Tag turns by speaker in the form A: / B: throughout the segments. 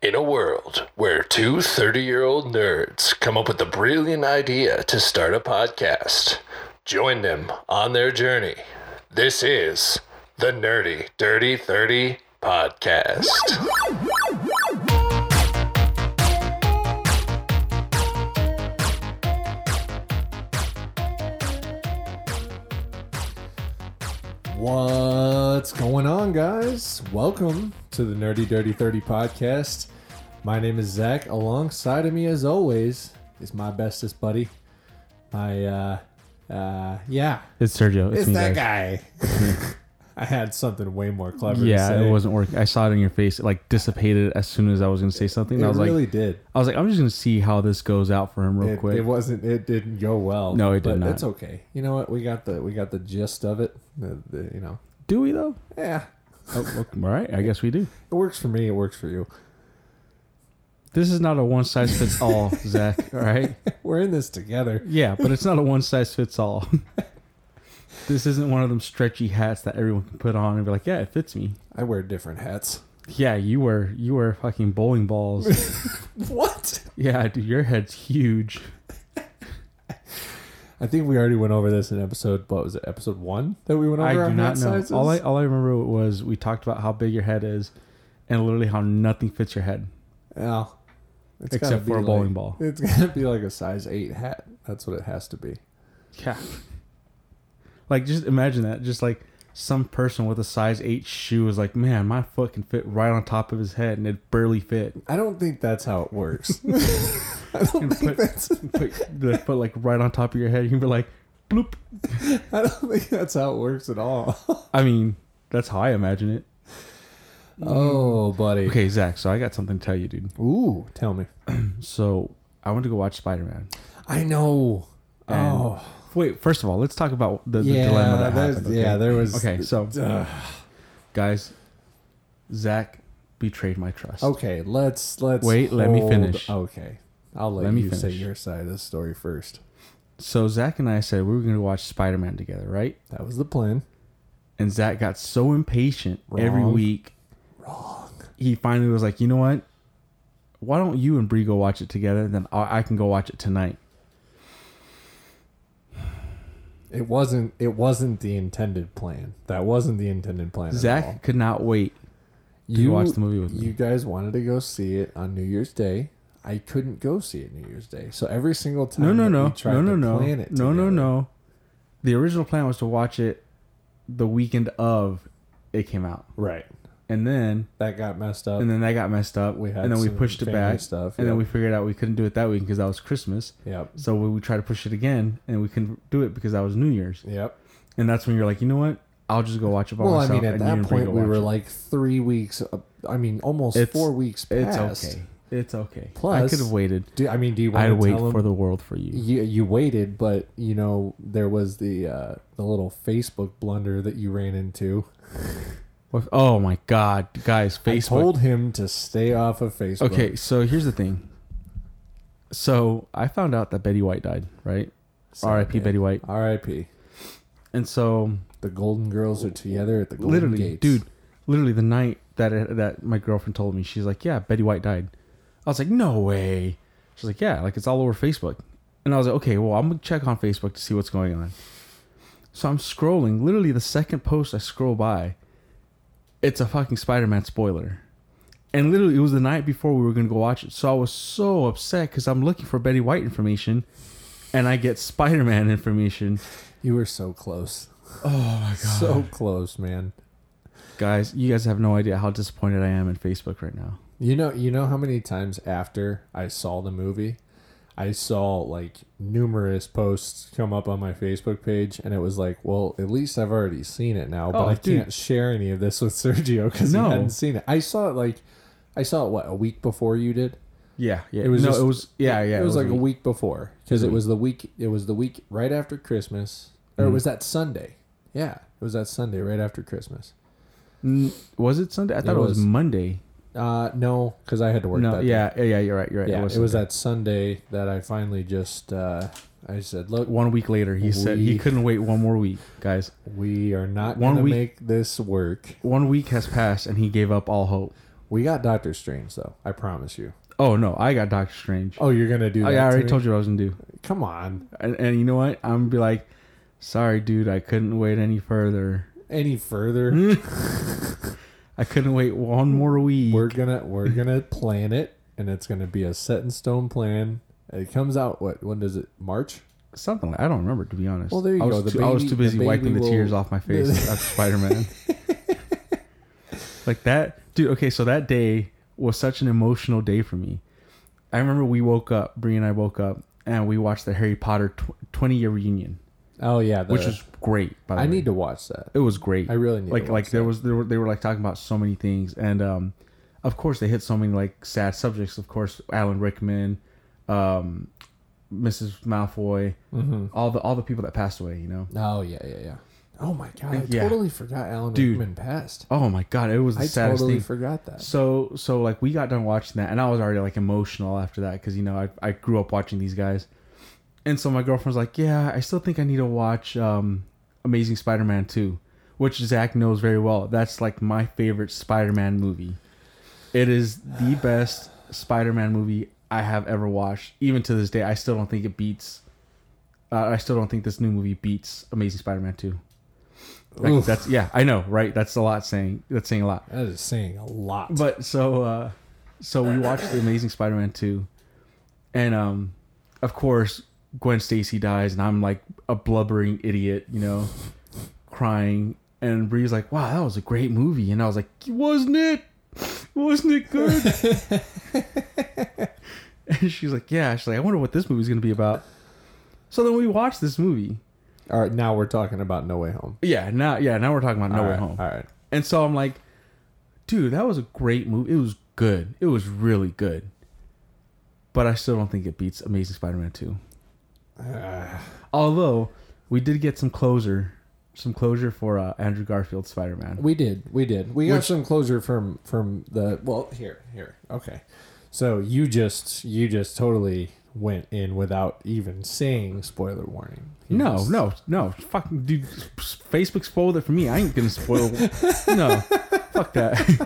A: In a world where two 30 year old nerds come up with the brilliant idea to start a podcast, join them on their journey. This is the Nerdy Dirty 30 Podcast.
B: What's going on, guys? Welcome to the Nerdy Dirty 30 podcast. My name is Zach. Alongside of me, as always, is my bestest buddy. My, uh, uh, yeah.
C: It's Sergio. It's,
B: It's
C: me,
B: that
C: guys.
B: guy. I had something way more clever to
C: Yeah,
B: say.
C: it wasn't working. I saw it in your face. It like dissipated as soon as I was gonna say something.
B: It
C: I was
B: really
C: like,
B: did.
C: I was like, I'm just gonna see how this goes out for him real
B: It,
C: quick.
B: it wasn't. It didn't go well.
C: No, it did
B: but
C: not.
B: That's okay. You know what? We got the we got the gist of it. The, the, you know,
C: do we though?
B: yeah,
C: Oh, look, all right, I guess we do.
B: it works for me. It works for you.
C: This is not a one size fits all, Zach. All right.
B: We're in this together.
C: Yeah, but it's not a one size fits all. this isn't one of them stretchy hats that everyone can put on and be like, yeah, it fits me.
B: I wear different hats.
C: Yeah, you wear you wear fucking bowling balls.
B: What?
C: yeah, dude, your head's huge.
B: I think we already went over this in episode. What was it? Episode one that we went over.
C: I
B: our
C: do not
B: hat
C: know.
B: Sizes?
C: All I all I remember was we talked about how big your head is, and literally how nothing fits your head.
B: Oh. It's
C: Except
B: gotta be
C: for a bowling
B: like-
C: ball.
B: It's gonna be like a size eight hat. That's what it has to be.
C: Yeah. Like just imagine that. Just like some person with a size eight shoe is like, man, my foot can fit right on top of his head, and it barely fit.
B: I don't think that's how it works. I don't think
C: put-
B: that's.
C: Put the foot like right on top of your head. You can be like, bloop.
B: I don't think that's how it works at all.
C: I mean, that's how I imagine it.
B: oh, buddy.
C: Mm. Okay, Zach. So I got something to tell you, dude.
B: Ooh, tell me.
C: So I went to go watch Spider Man.
B: I know.
C: And-
B: oh,
C: Wait, first of all, let's talk about the, the
B: yeah.
C: dilemma that
B: there's-
C: happened. okay?
B: Yeah, there was. uh,
C: Okay, so
B: Ugh.
C: guys, Zach betrayed my trust.
B: okay, let's let's
C: Wait, let me
B: hold-
C: finish.
B: Okay, I'll let,
C: Let me
B: you say
C: finish.
B: your side of the story first.
C: So Zach and I said we were going to watch Spider Man together, right?
B: That was the plan.
C: And Zach got so impatient every
B: Wrong.
C: week. Wrong. He finally was like, you know what? Why don't you and Bree go watch it together? And then I, I can go watch it tonight.
B: It wasn't. It wasn't the intended plan. That wasn't the intended plan. at all.
C: Zach could not wait.
B: you
C: watch the movie with me.
B: You guys wanted to go see it on New Year's Day. I couldn't go see it New Year's Day. So every single time,
C: No, no,
B: that we
C: no,
B: tried
C: no, no,
B: to
C: no,
B: plan it
C: no, no,
B: together-
C: no. The original plan was to watch it the weekend of it came out,
B: Right,
C: and then
B: that got messed up.
C: and then that got messed up.
B: We had
C: and then we
B: some
C: pushed it
B: family
C: back,
B: stuff,
C: and then
B: yeah.
C: we figured out we couldn't do it that week because that was Christmas.
B: yep,
C: So we, we tried to push it again, and we couldn't do it because that was New Year's.
B: yep.
C: And that's when you're like, you know what? I'll just go watch it by
B: Well, I
C: myself.
B: mean, at
C: and you
B: that
C: and Bree
B: point,
C: go
B: we
C: watch
B: were
C: it.
B: like three weeks. uh, I mean, almost
C: It's-
B: four weeks
C: it's
B: past.
C: okay, it's okay. I
B: Plus-
C: could have waited.
B: Do, I mean, do you want
C: I'd
B: to
C: wait
B: tell 'em-
C: for the world for you.
B: you, you waited, but you know there was the uh, the little Facebook blunder that you ran into.
C: What- Oh my God, guys!
B: I
C: Facebook.
B: told him to stay off of Facebook.
C: okay, so here's the thing. So I found out that Betty White died, right?
B: Sad
C: R.I.P.
B: day.
C: Betty White.
B: R.I.P.
C: And so
B: The Golden Girls are together at the Golden
C: literally,
B: Gates.
C: dude, literally the night that it, that my girlfriend told me, she's like, "Yeah, Betty White died." I was like, "No way." She's like, "Yeah, like it's all over Facebook," and I was like, "Okay, well, I'm gonna check on Facebook to see what's going on." So I'm scrolling. Literally, the second post I scroll by, it's a fucking Spider-Man spoiler, and literally it was the night before we were gonna go watch it. So I was so upset because I'm looking for Betty White information, and I get Spider-Man information.
B: you were so close,
C: Oh my
B: so close, man.
C: Guys, you guys have no idea how disappointed I am in Facebook right now.
B: You know, you know how many times after I saw the movie, I saw like numerous posts come up on my Facebook page, and it was like, well, at least I've already seen it now, but
C: Oh,
B: I
C: dude.
B: can't share any of this with Sergio because
C: No.
B: he hadn't seen it. I saw it like, I saw it what a week before you did.
C: Yeah, yeah.
B: It was
C: no,
B: just-
C: it was yeah, yeah.
B: it was, like a week before because it was the week. Mm-hmm. It was the week right after Christmas, or it was that Sunday. Yeah, it was that Sunday right after Christmas.
C: N- Was it Sunday? I thought it, was,
B: was.
C: Monday.
B: Uh, no, because I had to work.
C: No,
B: that day.
C: yeah, yeah, yeah. You're right. You're right.
B: yeah. It was,
C: Sunday.
B: that Sunday that I finally just uh, I said, look,
C: one week later. He said he
B: Week.
C: couldn't wait one more week, guys.
B: we are not
C: one
B: going to
C: week-
B: make this work.
C: One week has passed, and he gave up all hope.
B: We got Doctor Strange though. I promise you.
C: Oh no, I got Doctor Strange.
B: Oh, you're gonna do that?
C: I
B: to
C: already
B: me?
C: told you what I was gonna do,
B: Come on,
C: and, and you know what? I'm gonna be like, sorry, dude, I couldn't wait any further.
B: any
C: Hmm.
B: further?
C: I couldn't wait one more week.
B: we're gonna we're gonna plan it, and it's gonna be a set in stone plan. It comes out what? When does it? March?
C: Something like, I don't remember to be honest.
B: Well, there you
C: I was
B: go. The
C: too, I was
B: baby-
C: too busy
B: the
C: wiping
B: baby
C: the tears
B: will-
C: off my face after Spider Man. like that, dude. Okay, so that day was such an emotional day for me. I remember we woke up, Bree and I woke up, and we watched the Harry Potter tw- twenty year reunion,
B: Oh yeah, the,
C: which was great. By the
B: I
C: way.
B: need to watch that.
C: It was great.
B: I really need to
C: like
B: watch
C: like there
B: that.
C: was there were, they were like talking about so many things, and um, of course they hit so many like sad subjects. Of course, Alan Rickman, um, Mrs. Malfoy,
B: Mm-hmm.
C: all the all the people that passed away. You know,
B: Oh yeah, yeah, yeah. Oh my god, I
C: Yeah.
B: totally forgot Alan
C: Dude.
B: Rickman passed.
C: oh my god, it was the
B: I
C: saddest
B: totally
C: thing.
B: forgot that.
C: so so like we got done watching that, and I was already like emotional after that because you know I I grew up watching these guys, and so my girlfriend's like, yeah, I still think I need to watch um, Amazing Spider-Man two. Which Zach knows very well. That's like my favorite Spider-Man movie. It is the best Spider-Man movie I have ever watched. Even to this day, I still don't think it beats. Uh, I still don't think this new movie beats Amazing Spider-Man Two. Like,
B: Oof.
C: that's yeah, I know, right? That's a lot saying. That's saying a lot.
B: That is saying a lot.
C: But so, uh, so we watched the Amazing Spider-Man Two, and um, of course Gwen Stacy dies, and I'm like a blubbering idiot, you know, crying. And Bree's like, "Wow, that was a great movie," and I was like, "Wasn't it? Wasn't it good?" And she's like, yeah. She's like, I wonder what this movie's gonna be about. So then we watched this movie.
B: all right, now we're talking about No Way Home.
C: Yeah, now yeah, now we're talking about No
B: All
C: Way
B: right,
C: Home.
B: All right.
C: And so I'm like, dude, that was a great movie. It was good. It was really good. But I still don't think it beats Amazing Spider-Man 2.
B: Uh.
C: Although we did get some closure, some closure for uh, Andrew Garfield's Spider-Man.
B: We did. We did. We got
C: Which-
B: some closure from from the well, here, here. Okay. So you just you just totally went in without even saying spoiler warning. You
C: No,
B: just-
C: no, no. Fuck, dude. Facebook spoiled it for me. I ain't gonna spoil. no, fuck that. if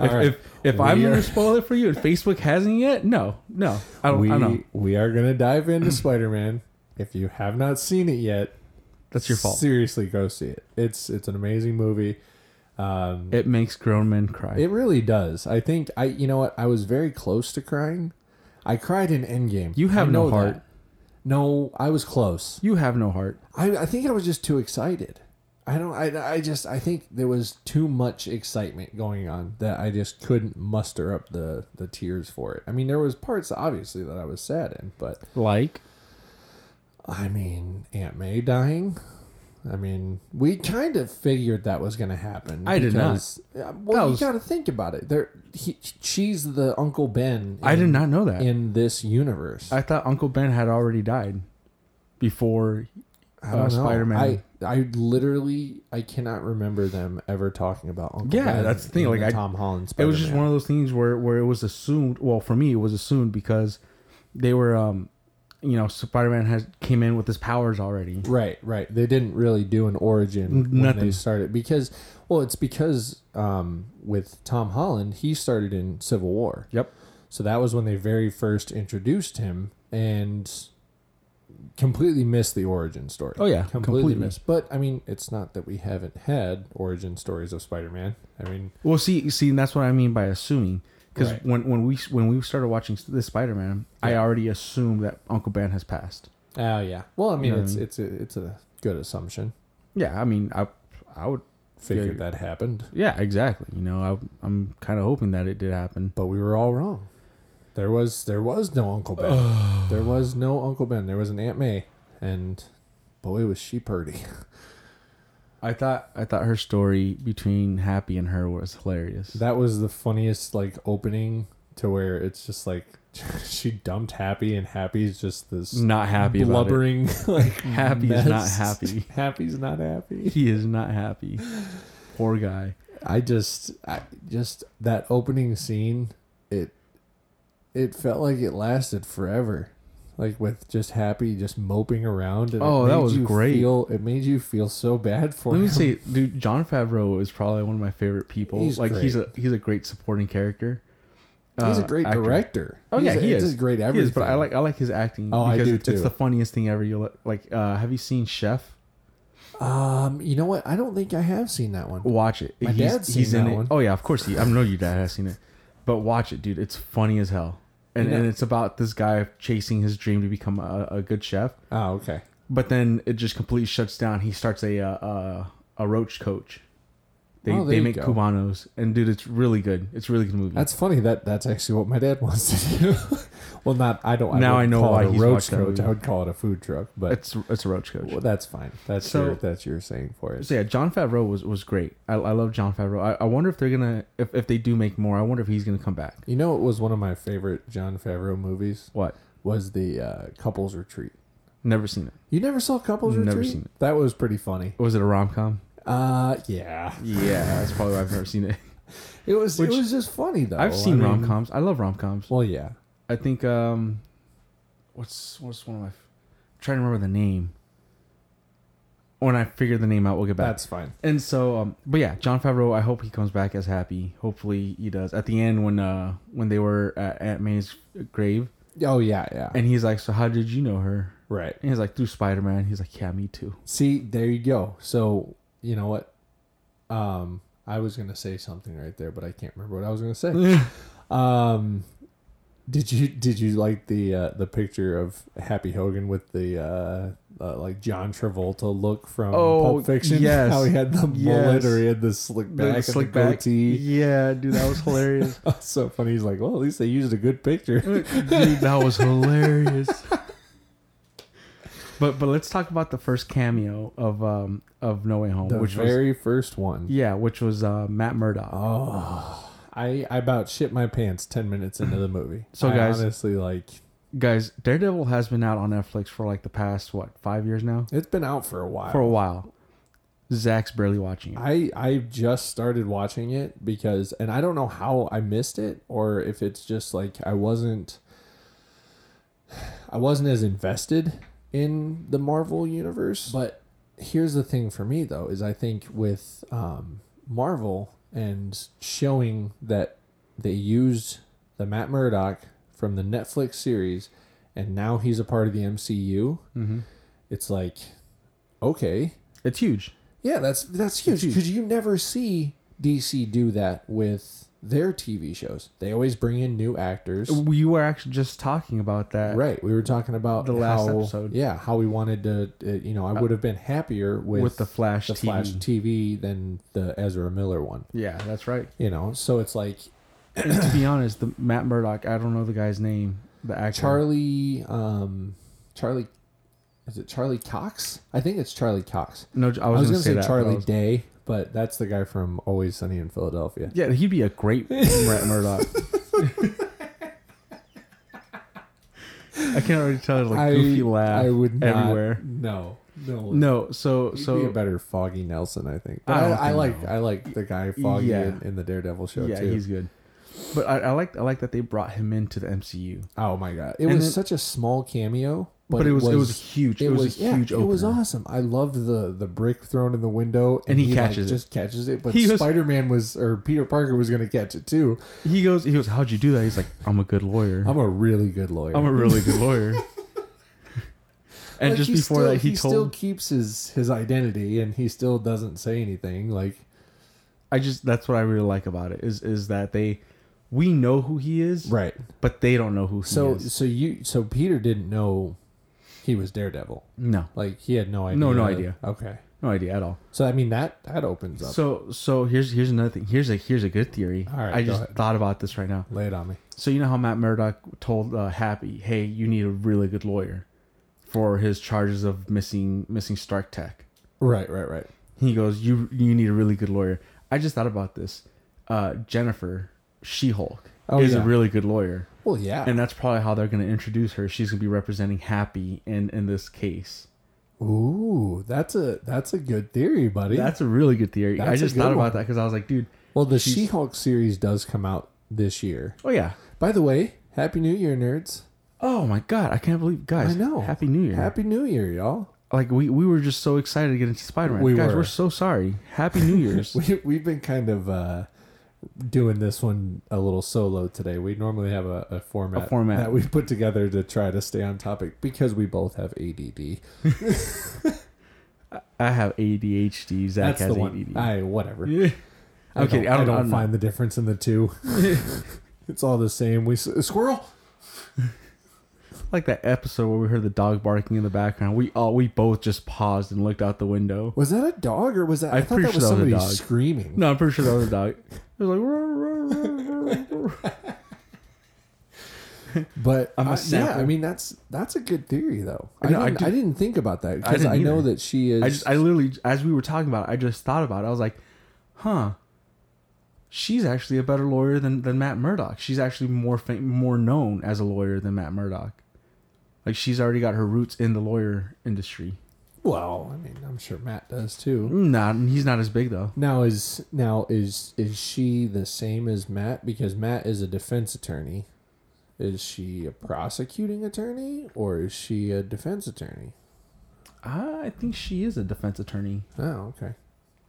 B: All right.
C: if, if I'm
B: We are-
C: gonna spoil it for you and Facebook hasn't yet, no, no. I don't.
B: we
C: I don't know.
B: we are gonna dive into Spider Man. If you have not seen it yet,
C: That's your fault.
B: Seriously, go see it. It's it's an amazing movie. Um,
C: It makes grown men cry.
B: it really does. I think I you know what I was very close to crying. I cried in Endgame.
C: You have
B: I
C: no
B: know
C: heart.
B: that. No, I was close.
C: you have no heart.
B: I, I think I was just too excited. I don't. I, I just. I think there was too much excitement going on that I just couldn't muster up the the tears for it. I mean, there was parts obviously that I was sad in, but
C: Like
B: I mean, Aunt May dying. I mean, we kind of figured that was going to happen.
C: I did not.
B: not. Well,
C: That
B: you
C: was-
B: got to think about it. There, he, she's the Uncle Ben.
C: I did
B: in-
C: not know that.
B: in this universe.
C: I thought Uncle Ben had already died before
B: I
C: uh, Spider-Man.
B: I, I literally I cannot remember them ever talking about Uncle
C: Yeah,
B: Ben
C: that's the thing,
B: in
C: like, I-
B: Tom Holland
C: it
B: Spider-Man.
C: was just one of those things where where it was assumed well for me it was assumed because they were um you know spider-man has came in with his powers already
B: Right, right. They didn't really do an origin when they
C: nothing.
B: started because well, it's because um, with Tom Holland, he started in Civil War.
C: yep
B: So that was when they very first introduced him and completely missed the origin story.
C: Oh, yeah,
B: completely,
C: completely.
B: missed. But I mean, it's not that we haven't had origin stories of Spider-Man. I mean,
C: well see see and that's what i mean by assuming because
B: Right.
C: when when we when we started watching this spider-man i already assumed that uncle ben has passed
B: oh yeah. Well, I mean,
C: Yeah.
B: it's it's a, it's a good assumption.
C: yeah i mean i i would
B: Figured
C: Yeah.
B: that happened,
C: yeah exactly you know I, i'm kind of hoping that it did happen
B: but we were all wrong. There was there was no Uncle Ben. there was no Uncle Ben. There was an Aunt May, and boy was she purty.
C: i thought i thought her story between happy and her was hilarious
B: That was the funniest like opening to where it's just like she dumped Happy and Happy's just this
C: not happy about it.
B: blubbering like
C: Mm, Happy is not
B: mess.
C: happy.
B: Happy's not happy.
C: he is not happy poor guy
B: I just I just that opening scene it it felt like it lasted forever. like with just happy, just moping around. And it
C: Oh, that
B: made
C: was
B: you
C: great.
B: Feel, it made you feel so bad for
C: Let
B: him.
C: me say, dude, John Favreau is probably one of my favorite people.
B: He's
C: like he's
B: great.
C: a he's a great supporting character.
B: He's a
C: uh,
B: great
C: actor.
B: director.
C: Oh
B: He's
C: yeah,
B: a-
C: he
B: he's
C: is.
B: just great.
C: He
B: Everything.
C: is, but I like I like his acting.
B: Oh, I do,
C: It's
B: too.
C: the funniest thing ever. You like? Uh, have you seen Chef?
B: Um, you know what? I don't think I have seen that one.
C: Watch it.
B: My
C: he's,
B: dad's
C: he's
B: seen
C: in
B: that
C: it.
B: one.
C: Oh yeah, of course. He, I know your dad has seen it, but watch it, dude. It's funny as hell, and
B: You know-
C: and it's about this guy chasing his dream to become a, a good chef.
B: Oh, okay.
C: But then it just completely shuts down. He starts a uh, uh, a roach coach. They,
B: Oh, there
C: they
B: you
C: make
B: go.
C: cubanos, and dude, it's really good. It's a really good movie.
B: That's funny. That that's actually what my dad wants to do. well, not I don't.
C: Now I
B: wouldn't
C: know
B: call
C: why
B: it a
C: he's
B: roach
C: watched that
B: coach.
C: movie.
B: I would call it a food truck, but
C: it's it's a roach coach.
B: well, that's fine. That's
C: So-
B: your that's your saying for it.
C: So yeah, John Favreau was was great. I, I love John Favreau. I, I wonder if they're gonna if, if they do make more. I wonder if he's gonna come back.
B: You know, it was one of my favorite John Favreau movies.
C: What?
B: Was the uh, couples retreat?
C: Never seen it.
B: You never saw couples
C: Never
B: retreat?
C: seen it.
B: That was pretty funny.
C: Was it a rom com?
B: Uh, yeah,
C: Yeah, that's probably why I've never seen it.
B: it was.
C: Which-
B: it was just funny though.
C: I've seen
B: I mean-
C: rom coms. I love rom coms.
B: Well, yeah.
C: I think um, what's what's one of my? f- I'm trying to remember the name. When I figure the name out, we'll get back.
B: That's fine.
C: And so, um, but yeah, John Favreau. I hope he comes back as happy. Hopefully, he does. At the end, when uh, when they were at Aunt May's grave,
B: Oh yeah, yeah.
C: and he's like, "So how did you know her?"
B: right.
C: And he's like, through Spider Man. He's like, yeah, me too.
B: See, there you go. So you know what? Um, I was gonna say something right there, but I can't remember what I was gonna say. um, did you did you like the uh, the picture of Happy Hogan with the uh, uh, like John Travolta look from
C: Oh,
B: Pulp Fiction?
C: yes.
B: How he had the mullet
C: Yes.
B: or he had the slick back, and the goatee.
C: Yeah, dude, that was hilarious.
B: so funny. He's like, well, at least they used a good picture.
C: dude, that was hilarious. but but let's talk about the first cameo of um of No Way Home,
B: the
C: which was
B: very first one. Oh,
C: yeah, which was uh, Matt Murdock.
B: I, I about shit my pants ten minutes into the movie.
C: So,
B: I
C: guys-
B: honestly, like
C: Guys, Daredevil has been out on Netflix for like the past what five years now,
B: it's been out for a while.
C: for a while. Zach's barely watching it.
B: I I just started watching it because, and I don't know how I missed it or if it's just like I wasn't, I wasn't as invested in the Marvel universe. But here's the thing for me though is I think with um, Marvel and showing that they used the Matt Murdock from the Netflix series, and now he's a part of the MCU.
C: Mm-hmm.
B: It's like, okay,
C: It's huge.
B: yeah, that's that's huge because you never see DC do that with their TV shows. They always bring in new actors.
C: You were actually just talking about that.
B: Right, we were talking about
C: The last
B: how-
C: episode.
B: Yeah, how we wanted to. Uh, you know, I would have been happier with,
C: with the Flash
B: the
C: TV.
B: Flash TV than the Ezra Miller one.
C: Yeah, that's right.
B: You know, so it's like
C: And to be honest, the Matt Murdock, I don't know the guy's name, the actor.
B: Charlie, um, Charlie, is it Charlie Cox? I think it's Charlie Cox.
C: No, I was,
B: I was,
C: gonna,
B: gonna,
C: say,
B: say,
C: that, but I
B: Charlie
C: was-
B: Day, but that's the guy from Always Sunny in Philadelphia.
C: Yeah, he'd be a great Matt Murdock. I can't already tell. There's like goofy laugh
B: I would not,
C: everywhere.
B: No, no,
C: No, so
B: He'd
C: so
B: be a better Foggy Nelson, I think. But
C: I
B: I,
C: don't
B: I,
C: think
B: like I like the guy Foggy
C: Yeah.
B: in, in the Daredevil show
C: yeah,
B: too.
C: he's good. But I, I like I like that they brought him into the MCU.
B: oh my god, it
C: And
B: was
C: then-
B: such a small cameo,
C: But,
B: but,
C: it was it was huge. It, was, a huge.
B: yeah,
C: opener.
B: It was awesome. I loved the the brick thrown in the window, and,
C: And he
B: like,
C: catches it.
B: just catches it. But
C: He was-
B: Spider Man was or Peter Parker was going to catch it too.
C: He goes. He goes. How'd you do that? He's like, I'm a good lawyer.
B: I'm a really good lawyer.
C: I'm a really good lawyer. and
B: Like,
C: just
B: he
C: before
B: still-
C: that, he,
B: he
C: told.
B: still keeps his his identity, and he still doesn't say anything. Like
C: I just that's what I really like about it is is that they, we know who he is,
B: right.
C: But they don't know who he
B: So
C: is.
B: so you so Peter didn't know he was Daredevil.
C: No,
B: Like he had no idea.
C: No, no idea.
B: Okay.
C: no idea at all.
B: So I mean that that opens up.
C: So so here's here's another thing. Here's a here's a good theory.
B: All right,
C: I
B: go
C: just
B: ahead.
C: thought about this right now.
B: Lay it on me.
C: So you know how Matt Murdock told uh, Happy, "Hey, you need a really good lawyer for his charges of missing missing Stark Tech."
B: Right, right, right.
C: He goes, "You you need a really good lawyer." I just thought about this. Uh, Jennifer She Hulk
B: Oh,
C: is
B: yeah.
C: a really good lawyer,
B: Well, yeah.
C: and that's probably how they're going to introduce her. She's going to be representing Happy in in this case.
B: Ooh, that's a that's a good theory, buddy.
C: That's a really good theory. I
B: That's a
C: just
B: good
C: thought
B: one.
C: about that because I was like, dude,
B: well, the She-Hulk series does come out this year.
C: oh yeah,
B: By the way, happy New Year, nerds!
C: Oh my god, I can't believe guys.
B: I know.
C: Happy New Year.
B: Happy New Year, y'all.
C: like we, we were just so excited to get into Spider-Man.
B: We
C: guys,
B: were.
C: are so sorry. Happy New Year's.
B: We, we've been kind of uh, doing this one a little solo today. We normally have a, a, format
C: A format.
B: that we put together to try to stay on topic because we both have ADD.
C: I have ADHD. Zach
B: That's
C: has
B: the one.
C: ADD.
B: I whatever.
C: Yeah.
B: I
C: Okay,
B: don't,
C: I don't-
B: I don't
C: I don't know.
B: find the difference in the two. it's all the same. We s- squirrel.
C: Like that episode where we heard the dog barking in the background. We all we both just paused and looked out the window.
B: Was that a dog or was that? I,
C: I'm
B: thought that
C: pretty
B: was
C: sure that was a
B: somebody
C: dog.
B: screaming.
C: No, I'm pretty sure that was a dog. It was like "Roar, roar, roar, roar, roar."
B: But
C: I'm a
B: uh, yeah,
C: sapper.
B: I mean that's that's a good theory though. I,
C: know, I
B: didn't, I,
C: do-
B: didn't think about that because
C: didn't
B: I, know
C: either.
B: that she is.
C: I just I literally as we were talking about it, I just thought about it. I was like, huh. She's actually a better lawyer than, than Matt Murdock. She's actually more fam- more known as a lawyer than Matt Murdock. Like she's already got her roots in the lawyer industry.
B: well, I mean, I'm sure Matt does too.
C: Nah, he's not as big though.
B: Now is now is is she the same as Matt because Matt is a defense attorney. Is she a prosecuting attorney or is she a defense attorney?
C: I think she is a defense attorney.
B: Oh, okay.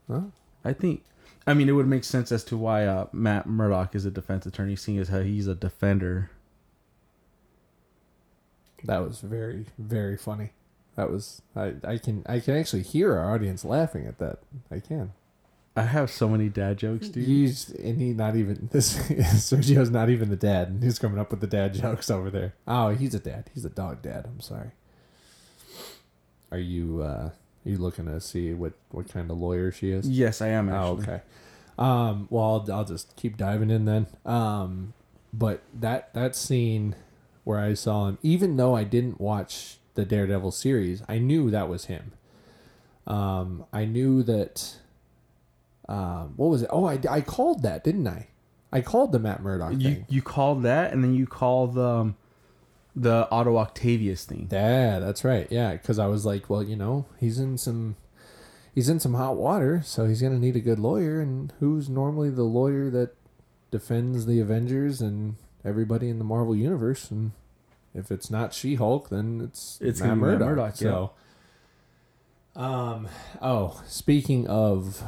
B: Well,
C: I think. I mean, it would make sense as to why uh, Matt Murdock is a defense attorney, seeing as how he's a defender.
B: That was very, very funny. That was I, I can I can actually hear our audience laughing at that. I can.
C: I have so many dad jokes, dude.
B: You just- and he not even this Sergio's not even the dad and he's coming up with the dad jokes over there. Oh, he's a dad. He's a dog dad, I'm sorry. Are you uh you looking to see what what kind of lawyer she is?
C: Yes, I am.
B: Oh,
C: Actually.
B: okay. Um, well, I'll, I'll just keep diving in then. Um, but that that scene where I saw him, even though I didn't watch the Daredevil series, I knew that was him. Um, I knew that. Um, what was it? Oh, I, I called that, didn't I? I called the Matt Murdock
C: You
B: thing.
C: you called that, and then you call the um, the Otto Octavius thing.
B: Yeah, that's right. Yeah, because I was like, well, you know, he's in some. He's in some hot water, so he's gonna need a good lawyer. And who's normally the lawyer that defends the Avengers and everybody in the Marvel universe? And if it's not She Hulk, then it's
C: It's
B: Matt
C: gonna be Matt
B: Murdock.
C: Murdock,
B: so, um, oh, speaking of,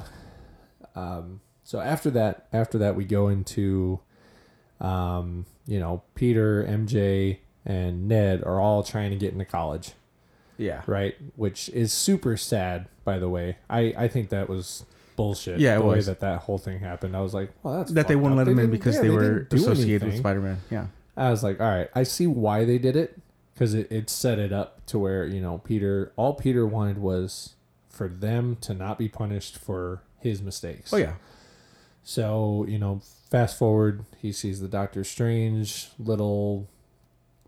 B: um, so after that, after that, we go into, um, you know, Peter, MJ, and Ned are all trying to get into college
C: Yeah.
B: right? Which is super sad, by the way. I I think that was bullshit.
C: Yeah, it
B: the way
C: was.
B: that that whole thing happened. I was like, well, that's
C: That they
B: fucked
C: wouldn't
B: up.
C: let him in
B: didn't-
C: because
B: yeah,
C: they were
B: didn't do
C: associated with
B: anything.
C: Spider Man. Yeah.
B: I was like, all right, I see why they did it because it, it set it up to where you know Peter, all Peter wanted was for them to not be punished for his mistakes.
C: Oh yeah.
B: So, you know, fast forward, he sees the Doctor Strange little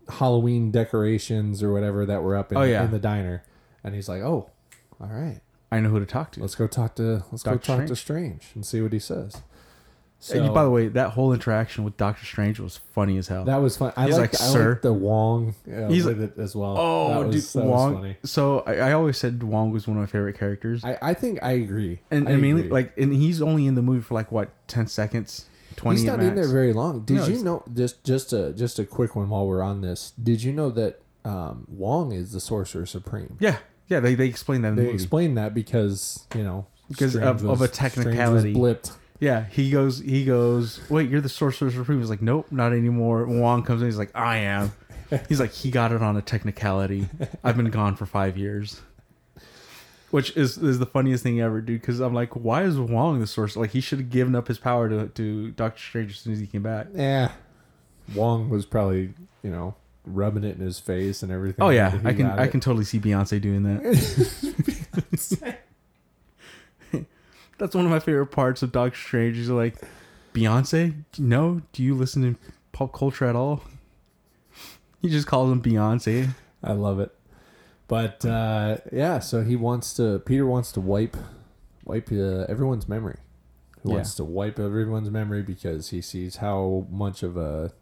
B: Halloween decorations or whatever that were up in,
C: Oh, yeah.
B: in the diner. And he's like, oh, all right,
C: I know who to talk to.
B: let's go talk to, let's go
C: Doctor
B: talk to Strange and see what he says. So,
C: and you- by the way, that whole interaction with Doctor Strange was funny as hell.
B: that was fun. I
C: he's
B: liked,
C: like,
B: I
C: "Sir."
B: liked the Wong uh,
C: He's
B: with it as well.
C: oh,
B: that was,
C: dude,
B: that
C: Wong.
B: was funny.
C: So I, I always said Wong was one of my favorite characters.
B: I, I think I agree.
C: And
B: I
C: I, mean,
B: agree.
C: like, and he's only in the movie for like what ten seconds, twenty.
B: He's not
C: at
B: in
C: max.
B: there very long. Did
C: No,
B: you
C: he's-
B: know just just a just a quick one while we're on this? Did you know that um, Wong is the Sorcerer Supreme?
C: yeah, yeah. They they explain that in the
B: They
C: movie.
B: explained that because you know
C: Because
B: Strange
C: of- of a
B: Strange
C: technicality.
B: blipped.
C: yeah, he goes, he goes. Wait, you're the sorcerer supreme. He's like, nope, not anymore. Wong comes in. He's like, I am. He's like, he got it on a technicality. I've been gone for five years. Which is, is the funniest thing ever, dude. Because I'm like, why is Wong the sorcerer? Like, he should have given up his power to, to Doctor Strange as soon as he came back.
B: Yeah, Eh. Wong was probably you know rubbing it in his face and everything.
C: Oh yeah,
B: He
C: I can
B: got
C: I
B: it.
C: can totally see Beyonce doing that. That's one of my favorite parts of Doctor Strange. He's like, Beyonce? No, do you listen to pop culture at all? He just calls him Beyonce.
B: I love it. But uh, yeah, so he wants to. Peter wants to wipe, wipe uh, everyone's memory. He
C: Yeah.
B: wants to wipe everyone's memory because he sees how much of a,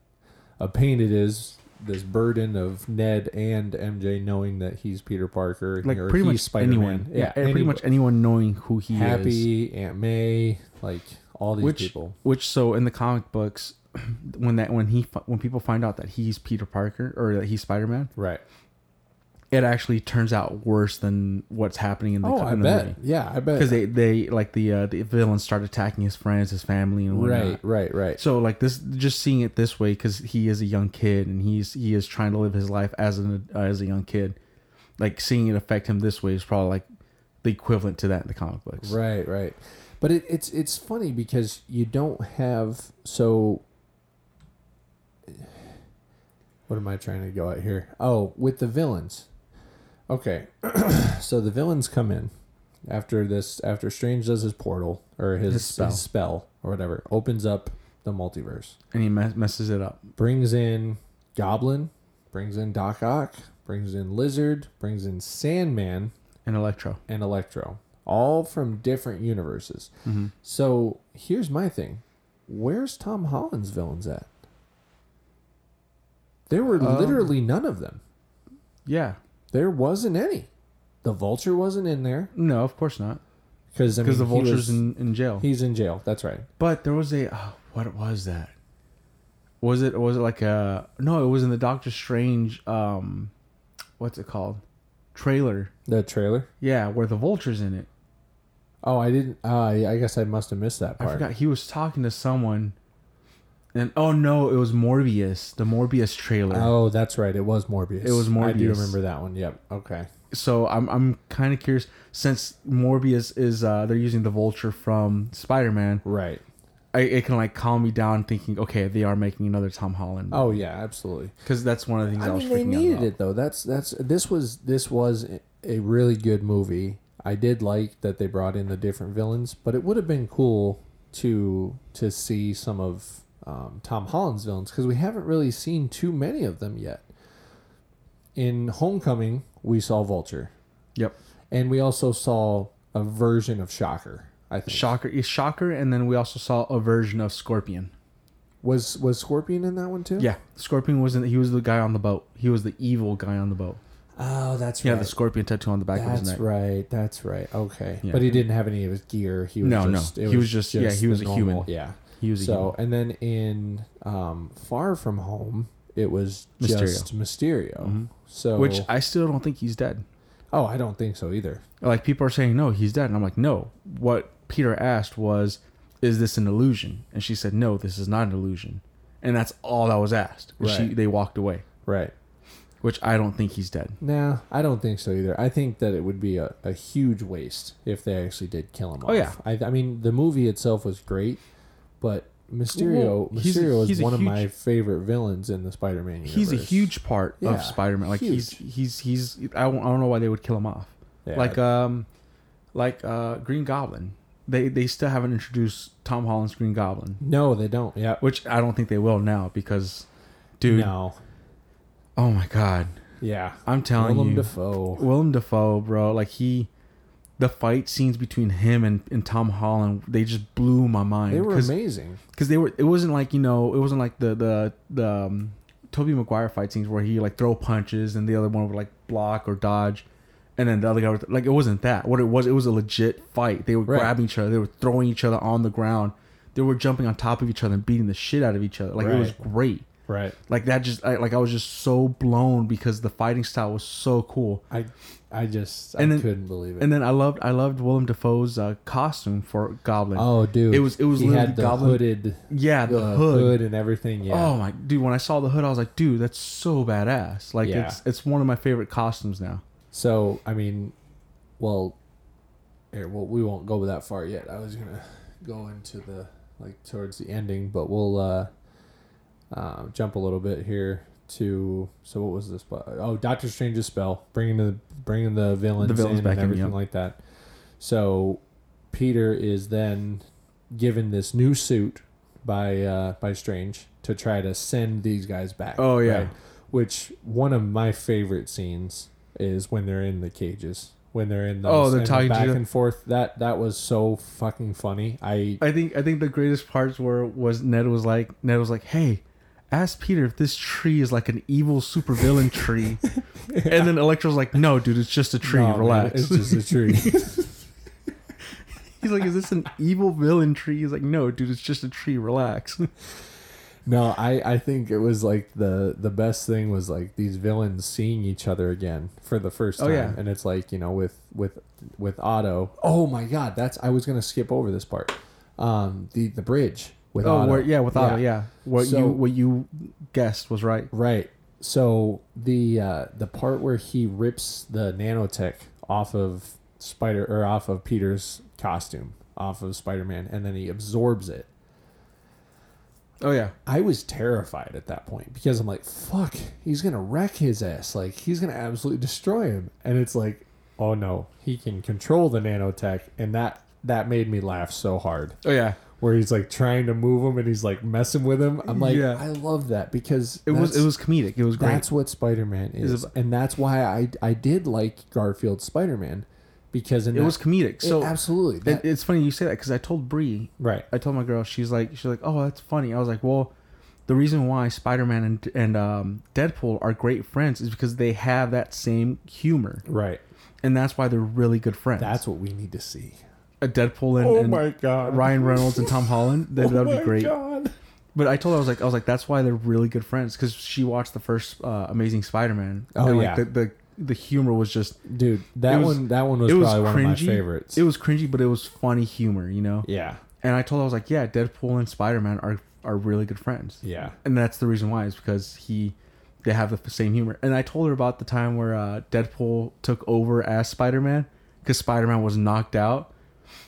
B: a pain it is. This burden of Ned and MJ knowing that he's Peter Parker,
C: Like
B: or
C: pretty
B: he's
C: much anyone.
B: Spider-Man.
C: Yeah, pretty
B: any-
C: much anyone knowing who he is.
B: Happy Aunt May, like all these
C: Which
B: people.
C: which so in the comic books, when that when he fi- when people find out that he's Peter Parker or that he's Spider Man,
B: Right.
C: it actually turns out worse than what's happening in the
B: Oh,
C: co-
B: I
C: in
B: bet. Yeah, I bet.
C: because they they like the uh, the villains start attacking his friends, his family, and whatnot.
B: right, right, right.
C: So like this, just seeing it this way, because he is a young kid and he's he is trying to live his life as an uh, as a young kid, like seeing it affect him this way is probably like the equivalent to that in the comic books.
B: Right, right. But it, it's it's funny because you don't have so. What am I trying to go at here? Oh, with the villains. Okay, so the villains come in after this. After Strange does his portal or his,
C: His
B: his,
C: spell.
B: spell. or whatever, opens up the multiverse,
C: And he mess messes it up.
B: brings in Goblin, brings in Doc Ock, brings in Lizard, brings in Sandman,
C: And Electro,
B: and Electro, all from different universes.
C: Mm-hmm.
B: So here's my thing: Where's Tom Holland's villains at? There were
C: Um,
B: literally none of them.
C: yeah,
B: There wasn't any. The Vulture wasn't in there
C: no, of course not,
B: because I mean,
C: because the
B: he
C: vulture's
B: was-
C: in, in jail.
B: he's in jail. That's right.
C: But there was a oh, what was that? Was it was it like a no? It was in the Doctor Strange um, what's it called? Trailer.
B: The trailer.
C: Yeah, where the vulture's in it.
B: Oh, I didn't. Uh, yeah, I guess I must have missed that
C: I
B: part.
C: forgot he was talking to someone, and oh no, it was Morbius, the Morbius trailer.
B: Oh, that's right. It was Morbius.
C: It was
B: I do
C: Morbius.
B: remember that one. Yep. Okay.
C: So I'm I'm kind of curious since Morbius is uh, they're using the Vulture from Spider Man.
B: Right.
C: It can like calm me down thinking, okay, they are making another Tom Holland
B: Oh yeah, absolutely.
C: because that's one of the things I,
B: I
C: was
B: mean, they
C: freaking out
B: needed
C: about.
B: it though. That's that's this was this was a really good movie. I did like that they brought in the different villains, but it would have been cool to to see some of um, Tom Holland's villains because we haven't really seen too many of them yet. In Homecoming, we saw Vulture,
C: Yep,
B: and we also saw a version of Shocker. I think
C: Shocker is Shocker, and then we also saw a version of Scorpion.
B: was was Scorpion in that one too.
C: Yeah, Scorpion wasn't. He was the guy on the boat. He was the evil guy on the boat.
B: Oh, that's
C: Yeah,
B: right.
C: the Scorpion tattoo on the back of his
B: That's
C: neck.
B: right. That's right. Okay,
C: Yeah.
B: but he didn't have any of his gear. He was
C: No, no.
B: just, it
C: He was just- yeah, he was
B: the
C: a human.
B: Yeah.
C: He was a
B: so, and then in um, Far From Home, it was just Mysterio. So,
C: Mm-hmm. Which I still don't think he's dead.
B: oh, I don't think so either.
C: like people are saying no he's dead and i'm like no what peter asked was is this an illusion and she said no this is not an illusion and that's all that was asked And she,
B: Right.
C: they walked away
B: Right.
C: which i don't think he's dead
B: Nah, I don't think so either. I think that it would be a, a huge waste if they actually did kill him.
C: Oh, yeah.
B: I, I mean, the movie itself was great, but Mysterio,
C: Well, he's a-
B: Mysterio
C: he's
B: is
C: a
B: one of my
C: huge-
B: favorite villains in the Spider-Man universe.
C: he's a huge part
B: Yeah,
C: of spider-man like
B: huge.
C: he's he's he's I don't, I don't know why they would kill him off
B: Yeah.
C: like um like uh green goblin they they still haven't introduced tom holland's green goblin
B: No, they don't. Yeah.
C: which i don't think they will now because dude
B: No.
C: oh my god
B: Yeah.
C: i'm telling
B: Willem
C: you
B: Dafoe.
C: Willem Dafoe, bro, like he, the fight scenes between him and, and Tom Holland, they just blew my mind.
B: They were
C: Cause,
B: amazing.
C: 'cause they were. It wasn't like you know, it wasn't like the the the um, Toby Maguire fight scenes where he like throw punches and the other one would like block or dodge, and then the other guy would, like it wasn't that. What it was, it was a legit fight. They were
B: Right.
C: grabbing each other. They were throwing each other on the ground. They were jumping on top of each other and beating the shit out of each other. Like it was great.
B: Right.
C: Like that just I, like I was just so blown because the fighting style was so cool.
B: I I just I
C: And then-
B: couldn't believe it.
C: And then I loved I loved Willem Dafoe's uh, costume for Goblin.
B: oh, dude,
C: It was- it was
B: he
C: literally
B: had the
C: Goblin-
B: hooded
C: yeah, the
B: uh,
C: hood.
B: hood. and everything. Yeah.
C: Oh my dude, when I saw the hood, I was like, dude, that's so badass. Like
B: Yeah.
C: it's it's one of my favorite costumes now.
B: So I mean, well, here, well, we won't go that far yet. I was gonna go into the like towards the ending, but we'll uh, uh, jump a little bit here to so what was this? bu- Oh, Doctor Strange's spell, bringing the bringing the villains,
C: The villains
B: in
C: back
B: and
C: in,
B: everything
C: yeah.
B: like that. So Peter is then given this new suit by uh, by Strange to try to send these guys back.
C: Oh, yeah.
B: Which one of my favorite scenes is when they're in the cages, when they're in those,
C: Oh, they're
B: and
C: talking to
B: back
C: the-
B: and forth. That that was so fucking funny. I
C: I think I think the greatest parts were was Ned was like Ned was like, hey, ask Peter if this tree is like an evil supervillain tree. And then Electro's like, no, dude, it's just a tree.
B: Nah, Oh, man,
C: Relax.
B: it's just a tree.
C: He's like, is this an evil villain tree? He's like, no, dude, it's just a tree. Relax. Oh,
B: No, I, I think it was like the the best thing was like these villains seeing each other again for the first
C: Oh,
B: time,
C: yeah.
B: and it's like you know with with with Otto. Oh my God, that's I was gonna skip over this part. Um, the the bridge with
C: Oh,
B: Otto.
C: where, yeah, with Otto, yeah. What
B: So-
C: you what you guessed was right.
B: Right. So the uh, the part where he rips the nanotech off of Spider or off of Peter's costume, off of Spider Man, and then he absorbs it.
C: Oh yeah,
B: I was terrified at that point because I'm like, fuck, he's gonna wreck his ass. Like he's gonna absolutely destroy him. And it's like, oh no, he can control the nanotech, and that that made me laugh so hard.
C: oh yeah.
B: Where he's like trying to move him and he's like messing with him. I'm like,
C: Yeah.
B: I love that because
C: It was
B: that's-
C: it was comedic. It was great.
B: that's what Spider Man is,
C: ab-
B: and that's why I I did like Garfield Spider Man because in
C: It
B: that-
C: was comedic.
B: it-
C: So
B: absolutely that-
C: it, it's funny you say that because I told Bree
B: right.
C: I told my girl, she's like, she's like, oh, that's funny. I was like, well, the reason why Spider Man and and um, Deadpool are great friends is because they have that same humor,
B: Right.
C: and that's why they're really good friends.
B: That's what we need to see.
C: a Deadpool and,
B: Oh
C: and
B: my God. Oh
C: Ryan Reynolds and Tom Holland. That, that would be great.
B: God.
C: But I told her, I was like, I was like, that's why they're really good friends because she watched the first uh, Amazing Spider Man.
B: Oh,
C: like,
B: yeah.
C: the, the the humor was just
B: Dude, that
C: It was-
B: one that one was
C: it
B: probably
C: was
B: one of my
C: cringy.
B: favorites.
C: it was cringy, but it was funny humor, you know.
B: yeah.
C: And I told her, I was like, yeah, Deadpool and Spider Man are are really good friends.
B: Yeah.
C: and that's the reason why is because he they have the same humor and i told her about the time where uh, deadpool took over as spider-man because spider-man was knocked out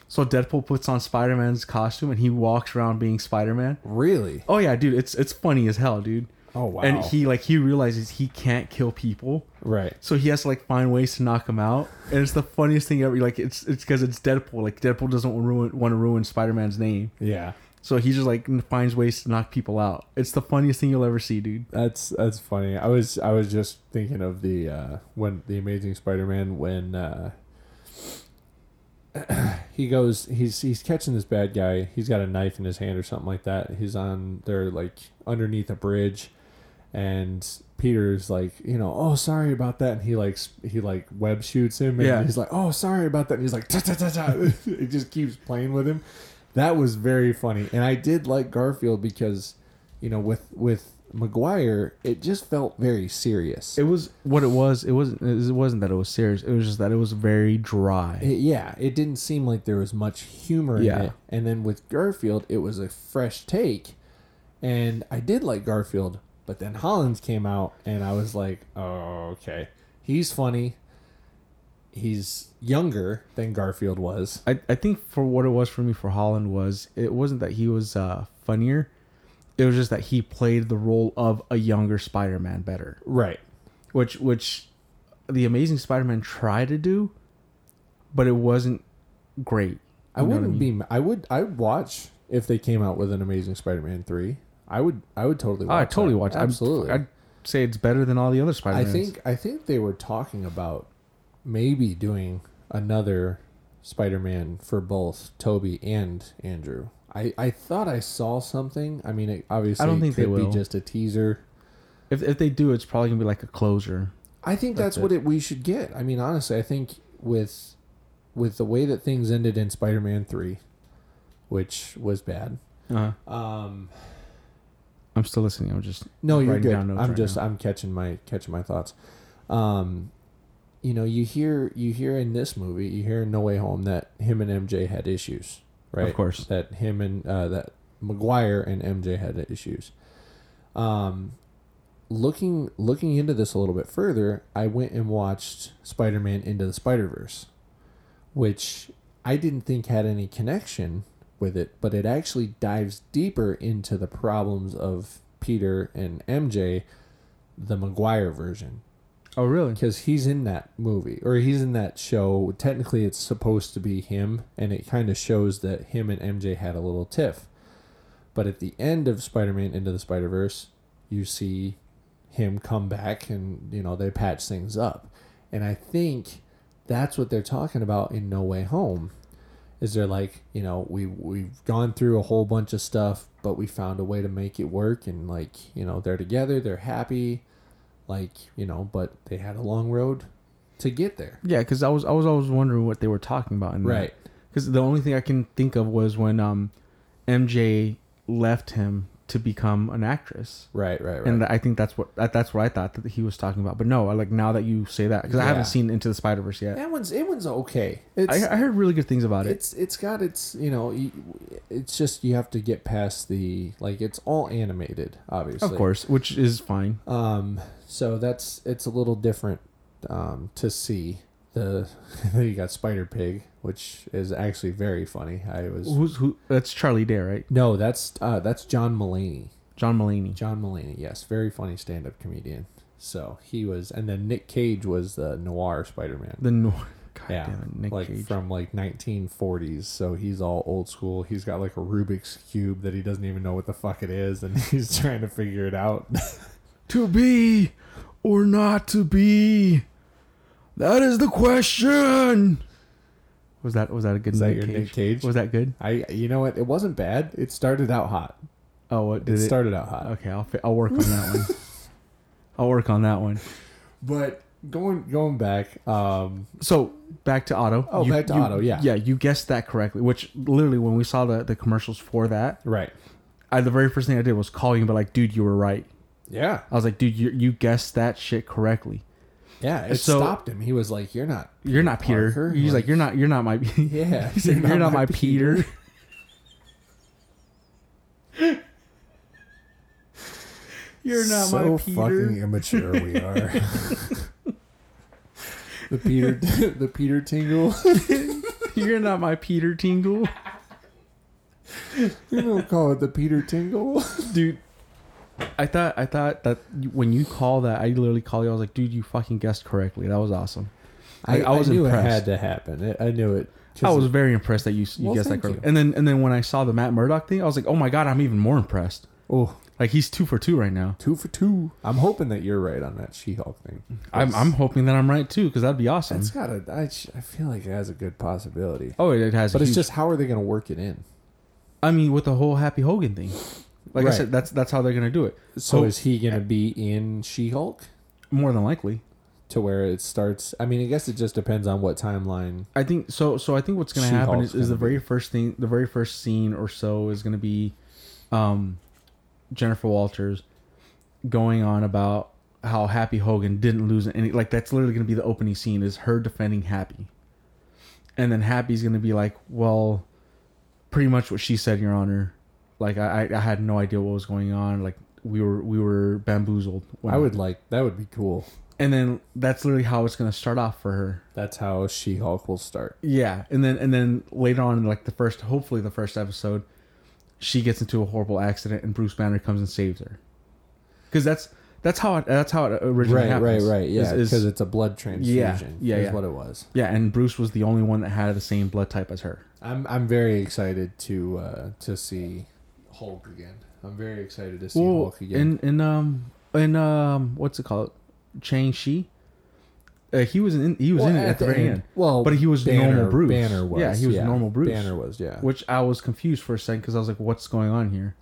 C: so deadpool puts on spider-man's costume and he walks around being spider-man
B: Really?
C: oh yeah dude it's it's funny as hell dude
B: Oh wow.
C: and he like he realizes he can't kill people
B: right.
C: so he has to like find ways to knock him out and it's the funniest thing ever like it's it's because it's deadpool like deadpool doesn't ruin, want to ruin spider-man's name
B: Yeah.
C: so he just like finds ways to knock people out it's the funniest thing you'll ever see dude
B: That's that's funny. I was I was just thinking of the uh when the Amazing Spider-Man when uh he goes he's he's catching this bad guy. He's got a knife in his hand or something like that. He's on they're like underneath a bridge and Peter's like, you know, oh sorry about that and he like sp- he like web shoots him and
C: Yeah.
B: he's like, "Oh, sorry about that." And he's like, "Ta ta ta ta." It just keeps playing with him. That was very funny. And I did like Garfield because you know, with with McGuire, it just felt very serious.
C: It was what it was. It wasn't. It wasn't that it was serious. It was just that it was very dry.
B: It- yeah, it didn't seem like there was much humor
C: Yeah.
B: in it. And then with Garfield, it was a fresh take. And I did like Garfield, but then Hollins came out and I was like, "Oh, okay. He's funny. He's younger than Garfield was."
C: I, I think for what it was for me for Holland was it wasn't that he was uh, funnier. It was just that he played the role of a younger Spider-Man better,
B: Right.
C: which which the Amazing Spider-Man tried to do, but it wasn't great.
B: I
C: You know what
B: wouldn't be I would I would watch if they came out with an Amazing Spider-Man 3. I would I would totally
C: I
B: watch
C: totally
B: that.
C: watched. it. Oh, I'd-
B: Absolutely.
C: I'd, say it's better than all the other Spider-Man.
B: I think I think they were talking about maybe doing another Spider-Man for both Toby and Andrew. I, I thought I saw something. I mean, it obviously,
C: don't
B: it
C: think they
B: could
C: will.
B: be just a teaser.
C: if if they do, it's probably gonna be like a closer.
B: I think that's,
C: That's
B: what it, we should get. I mean, honestly, I think with with the way that things ended in Spider-Man three, which was bad.
C: Uh,
B: Um,
C: I'm still listening. I'm just
B: No, you're
C: writing
B: good.
C: down notes
B: I'm
C: right
B: just
C: now.
B: I'm catching my catching my thoughts. Um, you know, you hear you hear in this movie, you hear in No Way Home that him and MJ had issues, right?
C: course.
B: that him and uh, that McGuire and MJ had issues. Um, looking looking into this a little bit further, I went and watched Spider Man Into the Spider Verse, which I didn't think had any connection with it, but it actually dives deeper into the problems of Peter and MJ, the McGuire version,
C: Oh really?
B: because he's in that movie or he's in that show. Technically, it's supposed to be him, and it kind of shows that him and MJ had a little tiff. But at the end of Spider Man Into the Spider Verse, you see him come back and, you know, they patch things up. And I think that's what they're talking about in No Way Home. Is they're like, you know, we we've gone through a whole bunch of stuff, but we found a way to make it work and like, you know, they're together, they're happy, like, you know, but they had a long road to get there.
C: Yeah, because I was I was always wondering what they were talking about. In
B: Right.
C: Because the only thing I can think of was when um, MJ left him to become an actress.
B: Right, right, right.
C: And I think that's what that, that's what I thought that he was talking about. But no, I like now that you say that because I
B: Yeah.
C: haven't seen Into the Spider Verse yet.
B: that one's it one's okay. It's
C: I, I heard really good things about it.
B: it's it's got its you know y- it's just you have to get past the like it's all animated obviously
C: Of course, which is fine.
B: um so that's it's a little different um to see the you got spider pig which is actually very funny i was
C: Who's who? That's Charlie Day, right?
B: no that's uh that's john mullaney
C: John Mulaney.
B: john mullaney yes very funny stand-up comedian so he was and then nick cage was the noir spider-man
C: The Nor. God
B: yeah,
C: damn it, Nick
B: like
C: Cage.
B: from like 1940s. So he's all old school. He's got like a Rubik's cube that he doesn't even know what the fuck it is, and he's trying to figure it out.
C: to be or not to be. That is the question. Was that was that a good
B: Is that
C: Nick
B: your
C: Cage?
B: Nick Cage?
C: Was that good?
B: I, you know what? It wasn't bad. It started out hot.
C: Oh, what
B: It
C: did it?
B: started out hot.
C: okay, I'll fi- I'll work on that one. I'll work on that one.
B: But going going back, um,
C: So back to Otto.
B: Oh, back to Otto, yeah.
C: yeah. You guessed that correctly. Which literally, when we saw the the commercials for that,
B: right?
C: I the very first thing I did was call you and be like, "Dude, you were right."
B: Yeah,
C: I was like, "Dude, you you guessed that shit correctly.
B: yeah. It
C: So-
B: stopped him. He was like, "You're not."
C: You're not Peter."
B: Parker,
C: He's like, "You're not. You're not my."
B: Yeah,
C: He's like, "You're, not, my Peter." You're not
B: so
C: my Peter.
B: fucking immature we are. the Peter, the Peter tingle.
C: You're not my Peter Tingle,
B: You don't call it the Peter tingle.
C: dude. I thought I thought that you- when you call that, I literally call you. I was like, "Dude, you fucking guessed correctly. That was awesome."
B: I,
C: I- I was
B: knew it had
C: impressed.
B: to happen. It, I knew it. 'Cause
C: I was very impressed that you you
B: Well,
C: guessed that
B: thank
C: correctly.
B: you.
C: And then and then when I saw the Matt Murdock thing, I was like, oh my god, I'm even more impressed.
B: oh,
C: Like he's two for two right now.
B: two for two. I'm hoping that you're right on that She-Hulk thing.
C: I'm I'm hoping that I'm right too because that'd be awesome.
B: That's got a. I, sh- I feel like it has a good possibility.
C: oh, it, it has.
B: But it's just how are they going to work it in?
C: I mean, with the whole Happy Hogan thing, like
B: Right.
C: I said, that's that's how they're gonna do it.
B: So
C: Hope-
B: Oh, is he going to be in She-Hulk
C: More than likely,
B: to where it starts? I mean, I guess it just depends on what timeline.
C: I think so. So I think what's gonna happen
B: She-Hulk's
C: is, is the
B: gonna be-
C: very first thing, the very first scene or so is gonna be, um, Jennifer Walters going on about how Happy Hogan didn't lose any. Like that's literally gonna be the opening scene is her defending Happy, and then Happy's gonna be like, well, pretty much what she said, Your Honor. Like I, I I had no idea what was going on. Like we were, we were bamboozled.
B: I would like that would be cool.
C: and then that's literally how it's gonna start off for her.
B: That's how She-Hulk will start.
C: Yeah, and then and then later on, like the first, hopefully the first episode, she gets into a horrible accident, and Bruce Banner comes and saves her. Because that's that's how it, that's how it originally
B: Right, right,
C: happens.
B: right. Yeah,
C: Is- is-
B: because it's a blood transfusion.
C: yeah,
B: is
C: yeah.
B: what it was.
C: yeah, and Bruce was the only one that had the same blood type as her.
B: I'm I'm very excited to uh, to see Hulk again. I'm very excited to see
C: Well,
B: Hulk again.
C: in in um in um what's it called, Chang Shi. Uh, he was in he was in it at the, very end.
B: Well,
C: But he was
B: Banner,
C: normal Bruce.
B: Banner was.
C: Yeah, he was normal Bruce.
B: Banner was. Yeah.
C: which I was confused for a second because I was like, what's going on here?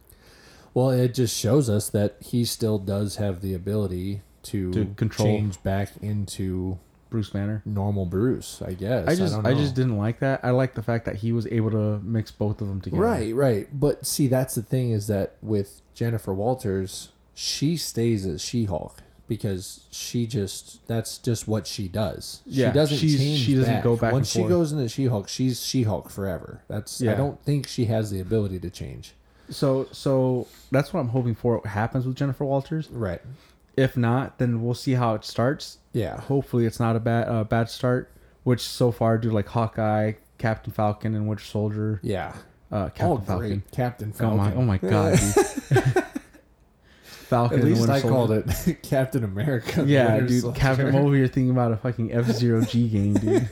B: Well, it just shows us that he still does have the ability to,
C: To control-
B: change back into
C: Bruce Banner.
B: normal Bruce. I guess.
C: I just
B: don't
C: I,
B: know.
C: just didn't like that. I like the fact that he was able to mix both of them together.
B: Right, right. But see, that's the thing is that with Jennifer Walters, she stays as She Hulk because she just that's just what she does.
C: Yeah,
B: she doesn't
C: she's-
B: change.
C: she doesn't go back and
B: Once she
C: forth.
B: goes into She Hulk, she's She Hulk forever. That's I
C: Yeah.
B: don't think she has the ability to change.
C: So so that's what I'm hoping for what happens with Jennifer Walters.
B: Right.
C: If not, then we'll see how it starts.
B: Yeah.
C: Hopefully it's not a bad uh, bad start, which so far do like Hawkeye, Captain Falcon and Winter Soldier,
B: Yeah.
C: uh Captain
B: All
C: Falcon.
B: great, Captain
C: Oh
B: Falcon.
C: my oh my god. dude. Falcon
B: At
C: and
B: least
C: Winter
B: I
C: Soldier.
B: called it Captain America. and
C: Yeah,
B: Winter
C: dude.
B: Soldier.
C: Captain, I'm over here thinking about a fucking F Zero G game, dude.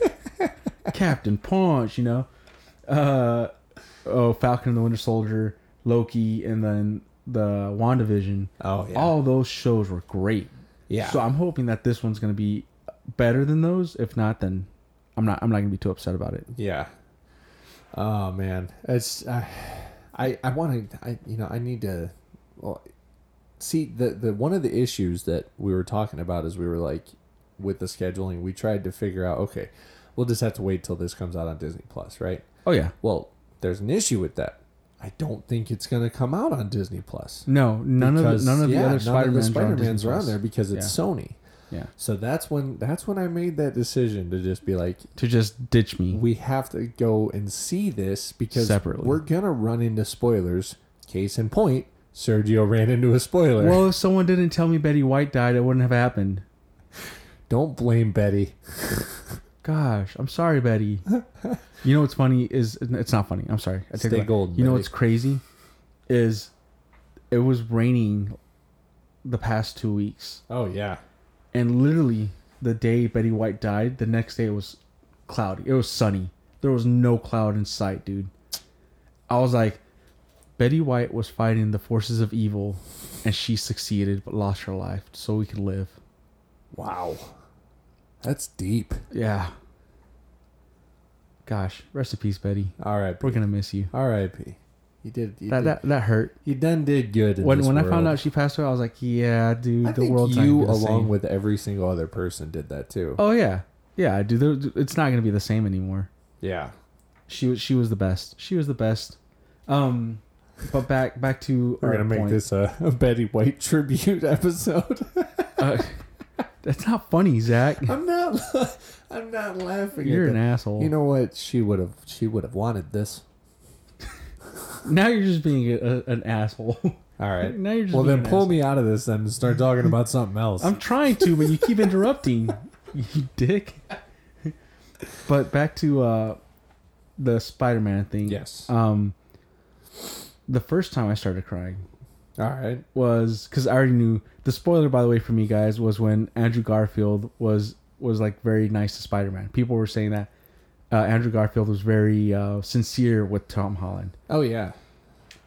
C: Captain Punch, you know. Uh, oh, Falcon and the Winter Soldier, Loki, and then the WandaVision.
B: Oh yeah.
C: All those shows were great.
B: yeah.
C: So I'm hoping that this one's gonna be better than those. If not, then I'm not. I'm not gonna be too upset about it.
B: Yeah. Oh man, it's uh, I I want to I you know I need to well see the the one of the issues that we were talking about is we were like with the scheduling we tried to figure out okay we'll just have to wait till this comes out on Disney Plus right
C: Oh yeah.
B: well there's an issue with that I don't think it's going to come out on Disney Plus.
C: No, none
B: Because,
C: of the, none of the
B: yeah,
C: other Spider Man's
B: Spider Man's are on there because it's Sony.
C: Yeah.
B: So that's when that's when I made that decision to just be like,
C: To just ditch me.
B: we have to go and see this because
C: Separately.
B: we're gonna run into spoilers. Case in point, Sergio ran into a spoiler.
C: well, if someone didn't tell me Betty White died, it wouldn't have happened.
B: don't blame Betty.
C: Gosh, I'm sorry, Betty. you know what's funny is it's not funny. I'm sorry. I take
B: Stay
C: it back.
B: golden,
C: You know
B: Betty.
C: what's crazy is it was raining the past two weeks,
B: Oh yeah,
C: and literally the day Betty White died, the next day it was cloudy. It was sunny. There was no cloud in sight, dude. I was like, Betty White was fighting the forces of evil, and she succeeded but lost her life so we could live.
B: wow, that's deep.
C: Yeah. Gosh, rest in peace, Betty. We're
B: R.I.P.
C: gonna miss you.
B: R.I.P. You did. You,
C: That
B: did,
C: that, that hurt.
B: you done did good. In
C: When
B: this
C: when I found
B: world.
C: out she passed away, I was like, yeah, dude,
B: I
C: the
B: think
C: world's not
B: you
C: gonna be the
B: along
C: same.
B: with every single other person did that too.
C: Oh yeah, yeah, dude. there- It's not gonna be the same anymore.
B: Yeah.
C: She was she was the best. She was the best. Um, but back back to
B: We're
C: our
B: gonna make
C: point.
B: this a, a Betty White tribute episode.
C: Uh, that's not funny, Zach.
B: I'm not. I'm not laughing.
C: You're
B: at
C: an
B: that.
C: asshole.
B: You know what? She would have. She would have wanted this.
C: now you're just being a, a, an asshole.
B: All right.
C: Now you're just
B: well,
C: being
B: then
C: an
B: pull
C: asshole.
B: me out of this then and start talking about something else.
C: I'm trying to, but you keep interrupting, you dick. But back to uh, the Spider-Man thing.
B: yes.
C: Um, the first time I started crying
B: All right.
C: was because I already knew the spoiler. By the way, for me guys, was when Andrew Garfield was was like very nice to Spider-Man. People were saying that uh, Andrew Garfield was very uh, sincere with Tom Holland.
B: Oh yeah.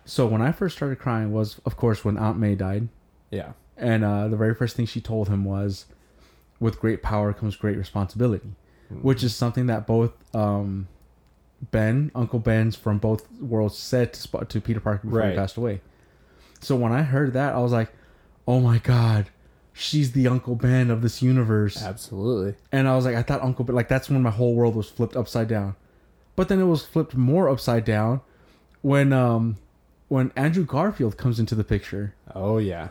C: So when I first started crying was, of course, when Aunt May died.
B: Yeah.
C: And uh, the very first thing she told him was, "With great power comes great responsibility," which is something that both um, Ben, Uncle Ben's from both worlds, said to, Sp- to Peter Parker before
B: Right.
C: he passed away. So when I heard that, I was like, "Oh my god, she's the Uncle Ben of this universe."
B: Absolutely.
C: And I was like, I thought Uncle Ben, like that's when my whole world was flipped upside down. But then it was flipped more upside down when um when Andrew Garfield comes into the picture
B: Oh yeah.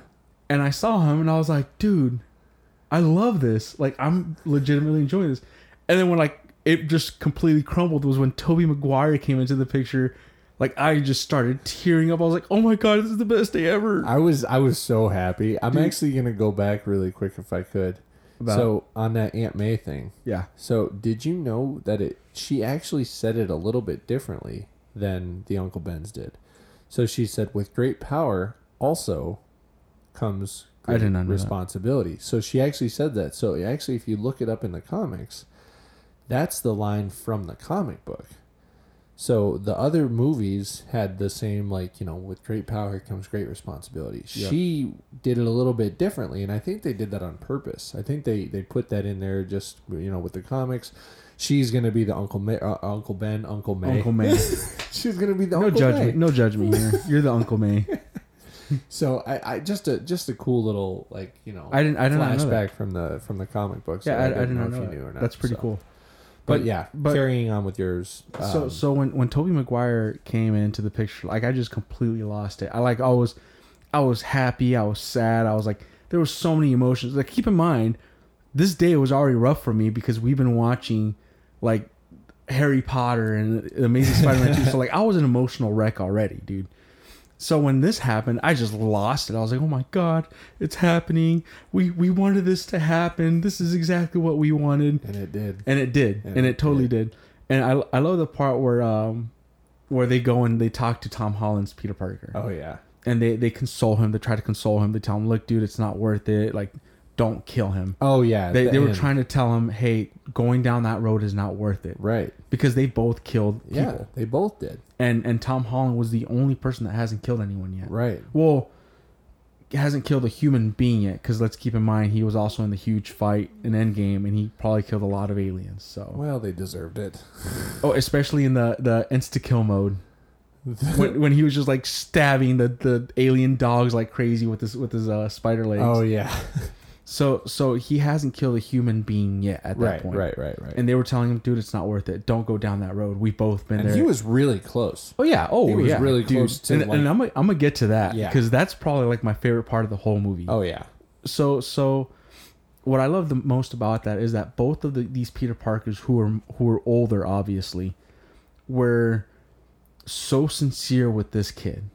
C: and I saw him and I was like, dude, I love this. Like I'm legitimately enjoying this. And then when like it just completely crumbled was when Toby Maguire came into the picture. Like I just started tearing up. I was like, oh my god, this is the best day ever.
B: I was. I was so happy. I'm actually gonna go back really quick if I could.
C: About-
B: So on that Aunt May thing.
C: yeah.
B: So did you know that it? She actually said it a little bit differently than the Uncle Ben's did. So she said, "With great power also comes
C: I
B: great
C: did not know that.
B: responsibility." So she actually said that. So actually, if you look it up in the comics, that's the line from the comic book. So the other movies had the same like you know with great power comes great responsibility. She did it a little bit differently, and I think they did that on purpose. I think they they put that in there just you know with the comics. She's gonna be the Uncle May, uh, Uncle Ben, Uncle May.
C: Uncle May.
B: She's gonna be the
C: No
B: Uncle
C: judgment.
B: May.
C: No judgment here. You're the Uncle May.
B: So I, I just a just a cool little like you know
C: I didn't- I did not know
B: flashback
C: that.
B: from the from the comic books.
C: Yeah,
B: that
C: I, I didn't know,
B: if
C: that.
B: you knew or not.
C: That's pretty
B: so.
C: cool.
B: But, yeah,
C: but-
B: carrying on with yours.
C: so
B: um,
C: so when when Toby Maguire came into the picture, like I just completely lost it. I like I was I was happy, I was sad, I was like there was so many emotions. Like keep in mind, this day was already rough for me because we've been watching like Harry Potter and The Amazing Spider-Man 2. So like I was an emotional wreck already, dude. So when this happened, I just lost it. I was like, "Oh my god, it's happening. We we wanted this to happen. This is exactly what we wanted."
B: and it did.
C: and it did, and, it totally did. And I, I love the part where um where they go and they talk to Tom Holland's Peter Parker,
B: Oh yeah.
C: and they they console him. They try to console him. They tell him, "Look, dude, it's not worth it. Like, don't kill him."
B: Oh yeah.
C: They
B: the
C: they were
B: end.
C: trying to tell him, "Hey, going down that road is not worth it,"
B: Right.
C: because they both killed people,
B: Yeah, they both did.
C: and and Tom Holland was the only person that hasn't killed anyone yet.
B: Right.
C: Well. Hasn't killed a human being yet, because let's keep in mind he was also in the huge fight in Endgame, and he probably killed a lot of aliens. So
B: Well, they deserved it.
C: Oh, especially in the the insta kill mode. when, when he was just like stabbing the, the alien dogs like crazy with his with his uh, spider legs.
B: Oh yeah.
C: So so he hasn't killed a human being yet at that
B: Right,
C: point.
B: right, right, right.
C: And they were telling him, dude, it's not worth it. Don't go down that road. We've both been
B: And
C: there.
B: he was really close.
C: Oh yeah. Oh
B: He was
C: yeah.
B: really
C: dude.
B: close to,
C: And,
B: like-
C: and I'm gonna, I'm gonna get to that
B: Yeah.
C: because that's probably like my favorite part of the whole movie.
B: Oh yeah.
C: So so, what I love the most about that is that both of the, these Peter Parkers who are who are older, obviously, were so sincere with this kid.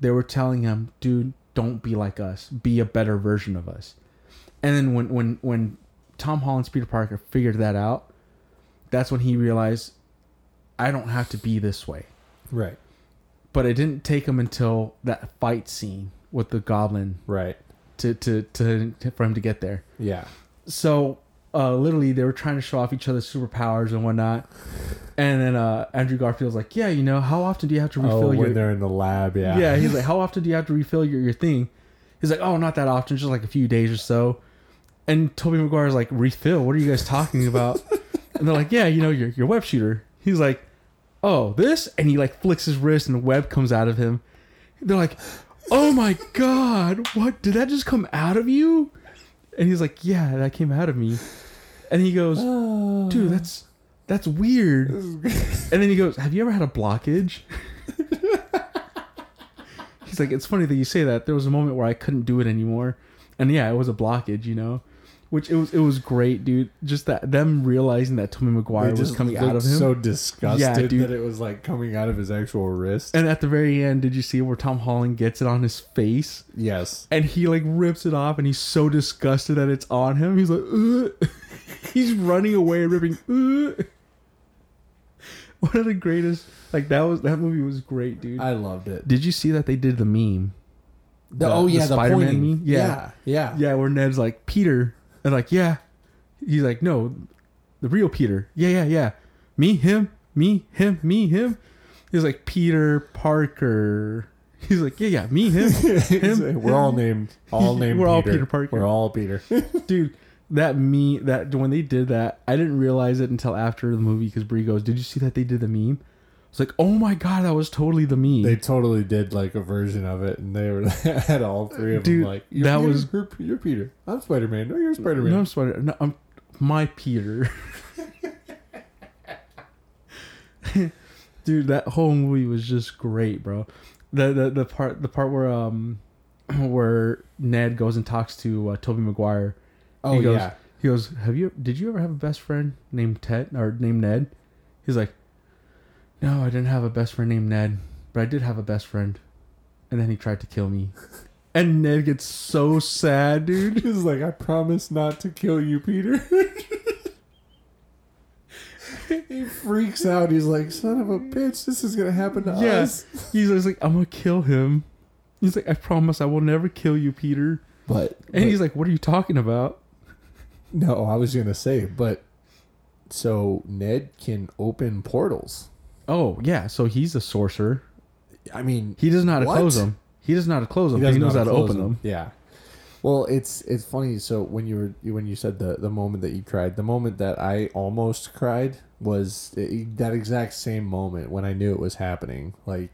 C: They were telling him, "Dude, don't be like us. Be a better version of us." And then when when when Tom Holland's Peter Parker figured that out, that's when he realized, "I don't have to be this way."
B: Right.
C: but it didn't take him until that fight scene with the goblin
B: Right.
C: to to, to, for him to get there.
B: Yeah.
C: So uh, literally, they were trying to show off each other's superpowers and whatnot. And then uh, Andrew Garfield's like, "Yeah, you know, how often do you have to refill
B: Oh,
C: your
B: when they're in the lab, yeah.
C: yeah, he's like, how often do you have to refill your, your thing? He's like, oh, not that often, just like a few days or so. And Toby McGuire's like, refill? What are you guys talking about? and they're like, yeah, you know, your, your web shooter. He's like, oh, this? And he like flicks his wrist and the web comes out of him. They're like, oh my God, what? Did that just come out of you? And he's like, yeah, that came out of me. And he goes, dude, that's that's weird. and then he goes, "Have you ever had a blockage?" He's like, "It's funny that you say that. There was a moment where I couldn't do it anymore, and yeah, it was a blockage, you know." Which it was it was great, dude. Just that them realizing that Tommy
B: They
C: McGuire was
B: just
C: coming out
B: looked
C: of him.
B: So disgusted
C: Yeah, dude.
B: that it was like coming out of his actual wrist.
C: and at the very end, did you see where Tom Holland gets it on his face?
B: yes.
C: And he like rips it off and he's so disgusted that it's on him. He's like, Ugh. he's running away, ripping. Ugh. One of the greatest. Like that was that movie was great, dude.
B: I loved it.
C: Did you see that they did the meme?
B: The-
C: the-
B: oh
C: the
B: yeah, the,
C: Spider-Man
B: pointing.
C: meme? Yeah.
B: yeah,
C: Yeah, where Ned's like Peter, and like yeah, he's like no, the real Peter. Yeah, yeah, yeah. Me, him, me, him, me, him. He's like Peter Parker. He's like yeah, yeah, me, him, him.
B: We're all named, all named.
C: We're all
B: Peter.
C: Peter Parker.
B: We're all Peter.
C: dude that me that when they did that i didn't realize it until after the movie because brie goes did you see that they did the meme it's like oh my god that was totally the meme
B: they totally did like a version of it, and they were had all three of
C: Dude,
B: them like, "You're
C: that
B: Peter,
C: was-
B: you're, you're Peter. I'm Spider Man. No, you're Spider Man.
C: no i'm sorry no, i'm my peter dude that whole movie was just great bro the the, the part the part where um where ned goes and talks to uh, toby mcguire
B: oh
C: he goes,
B: yeah,
C: He goes, "Have you? Did you ever have a best friend named Ted or named Ned?" He's like, "No, I didn't have a best friend named Ned, but I did have a best friend." And then he tried to kill me, and Ned gets so sad, dude.
B: he's like, I promise not to kill you, Peter. he freaks out. He's like, son of a bitch, this is gonna happen to
C: Yes,
B: us.
C: he's always like, "I'm gonna kill him." He's like, "I promise, I will never kill you, Peter."
B: But
C: And
B: but-
C: he's like, "What are you talking about?"
B: No, I was gonna say, but so Ned can open portals.
C: Oh yeah, so he's a sorcerer.
B: I mean,
C: He doesn't know how to
B: What?
C: close them. He doesn't know how to close them. He, knows how to
B: close
C: open them.
B: Yeah. Well, it's it's funny. So when you were when you said the the moment that you cried, the moment that I almost cried was i- that exact same moment when I knew it was happening. Like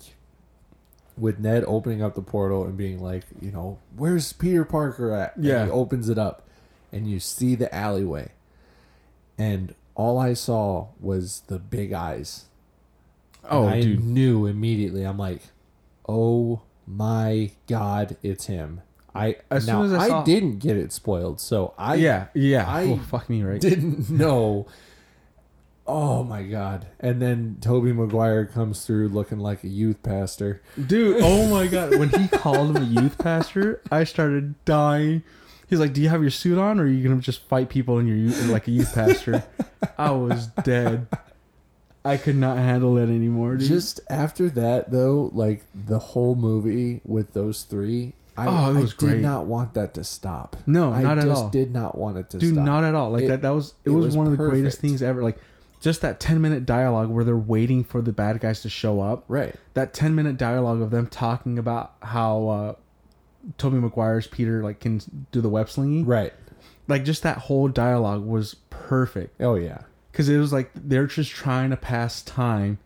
B: with Ned opening up the portal and being like, you know, where's Peter Parker at? And
C: Yeah.
B: he opens it up, and you see the alleyway, and all I saw was the big eyes
C: Oh,
B: I
C: dude.
B: knew immediately. I'm like, oh my god, it's him. I
C: As
B: now
C: soon as I
B: I,
C: saw-
B: didn't get it spoiled, so I
C: yeah, yeah.
B: I
C: oh, fuck me, right?
B: didn't know. Oh my god! And then Toby Maguire comes through looking like a youth pastor.
C: Dude, oh my god. When he called him a youth pastor, I started dying. He's like, Do you have your suit on or are you gonna just fight people in your youth like a youth pastor? I was dead. I could not handle it anymore, dude.
B: Just after that, though, like the whole movie with those three, I,
C: Oh, it
B: I
C: was
B: did
C: great.
B: not want that to stop.
C: No,
B: I
C: not at
B: just
C: all.
B: Did not want it to
C: dude,
B: stop.
C: not at all. Like
B: It-
C: that that was
B: it
C: it, was,
B: was
C: one of the greatest
B: perfect.
C: things ever. Like just that ten minute dialogue where they're waiting for the bad guys to show up.
B: right.
C: That ten minute dialogue of them talking about how uh Toby McGuire's Peter like can do the web slinging.
B: Right.
C: Like just that whole dialogue was perfect.
B: Oh yeah.
C: because it was like they're just trying to pass time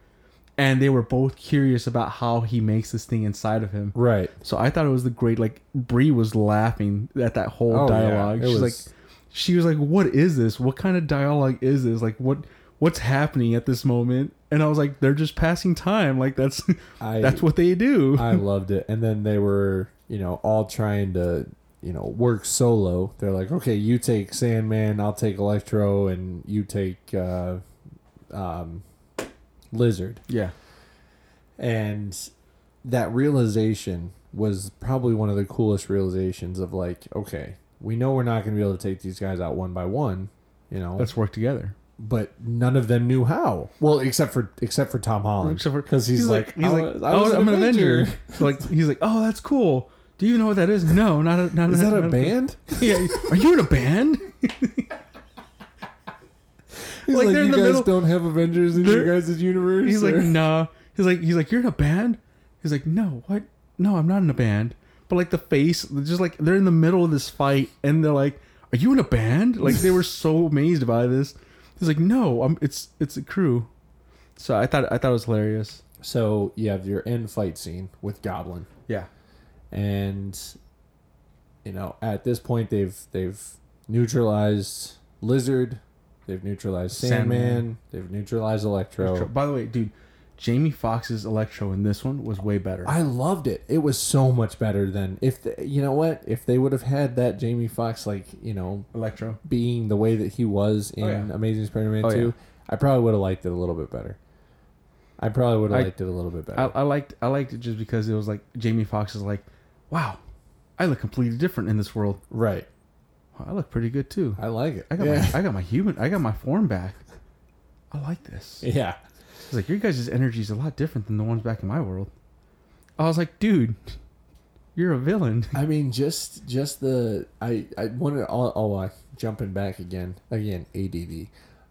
C: and they were both curious about how he makes this thing inside of him.
B: Right.
C: So I thought it was the great like Bree was laughing at that whole
B: Oh, yeah.
C: dialogue.
B: It
C: She's
B: was-
C: like she was like, What is this? What kind of dialogue is this? Like what what's happening at this moment? And I was like, They're just passing time. Like that's
B: I-
C: that's what they do.
B: I loved it. And then they were, you know, all trying to, you know, work solo. They're like, okay, you take Sandman, I'll take Electro, and you take uh, um, Lizard.
C: yeah.
B: And that realization was probably one of the coolest realizations of like, okay, we know we're not going to be able to take these guys out one by one, you know,
C: Let's work together.
B: but none of them knew how. Well, except for except for Tom Holland,
C: Except for-
B: because he's, like,
C: he's like,
B: I was
C: oh, I'm an Avenger.
B: Avenger.
C: like he's like, oh, that's cool. Do you know what that is? No, not a, not
B: Is that
C: not
B: a band?
C: Yeah. Are you in a band?
B: He's
C: Like,
B: like,
C: they're in
B: you
C: the
B: guys
C: middle-
B: don't have Avengers in your
C: They're-
B: guys' universe.
C: He's like,
B: or-
C: nah. He's like, he's like, you're in a band. He's like, no, what? No, I'm not in a band. But like the face, just like they're in the middle of this fight, and they're like, are you in a band? Like they were so amazed by this. He's like, no, I'm. It's it's a crew. So I thought I thought it was hilarious.
B: so you have your end fight scene with Goblin,
C: Yeah.
B: and you know at this point they've they've neutralized Lizard, they've neutralized Sandman,
C: Sandman.
B: they've neutralized Electro.
C: By the way, dude, Jamie Foxx's Electro in this one was way better.
B: I loved it. It was so much better than if the, you know what if they would have had that Jamie Fox like you know
C: Electro.
B: being the way that he was in
C: Oh, yeah.
B: Amazing Spider-Man
C: Oh,
B: Two,
C: yeah.
B: I probably would have liked it a little bit better. I probably would
C: I-
B: have liked it a little bit better.
C: I, I liked I liked it just because it was like Jamie Foxx is like, wow, I look completely different in this world.
B: right.
C: Wow, I look pretty good too.
B: I like it.
C: I got
B: yeah.
C: my I got my human I got my form back. I like this.
B: yeah.
C: It's like your guys' energy is a lot different than the ones back in my world. I was like, dude, you're a villain.
B: I mean, just just the I I wanted oh, oh uh, jumping back again again ADD.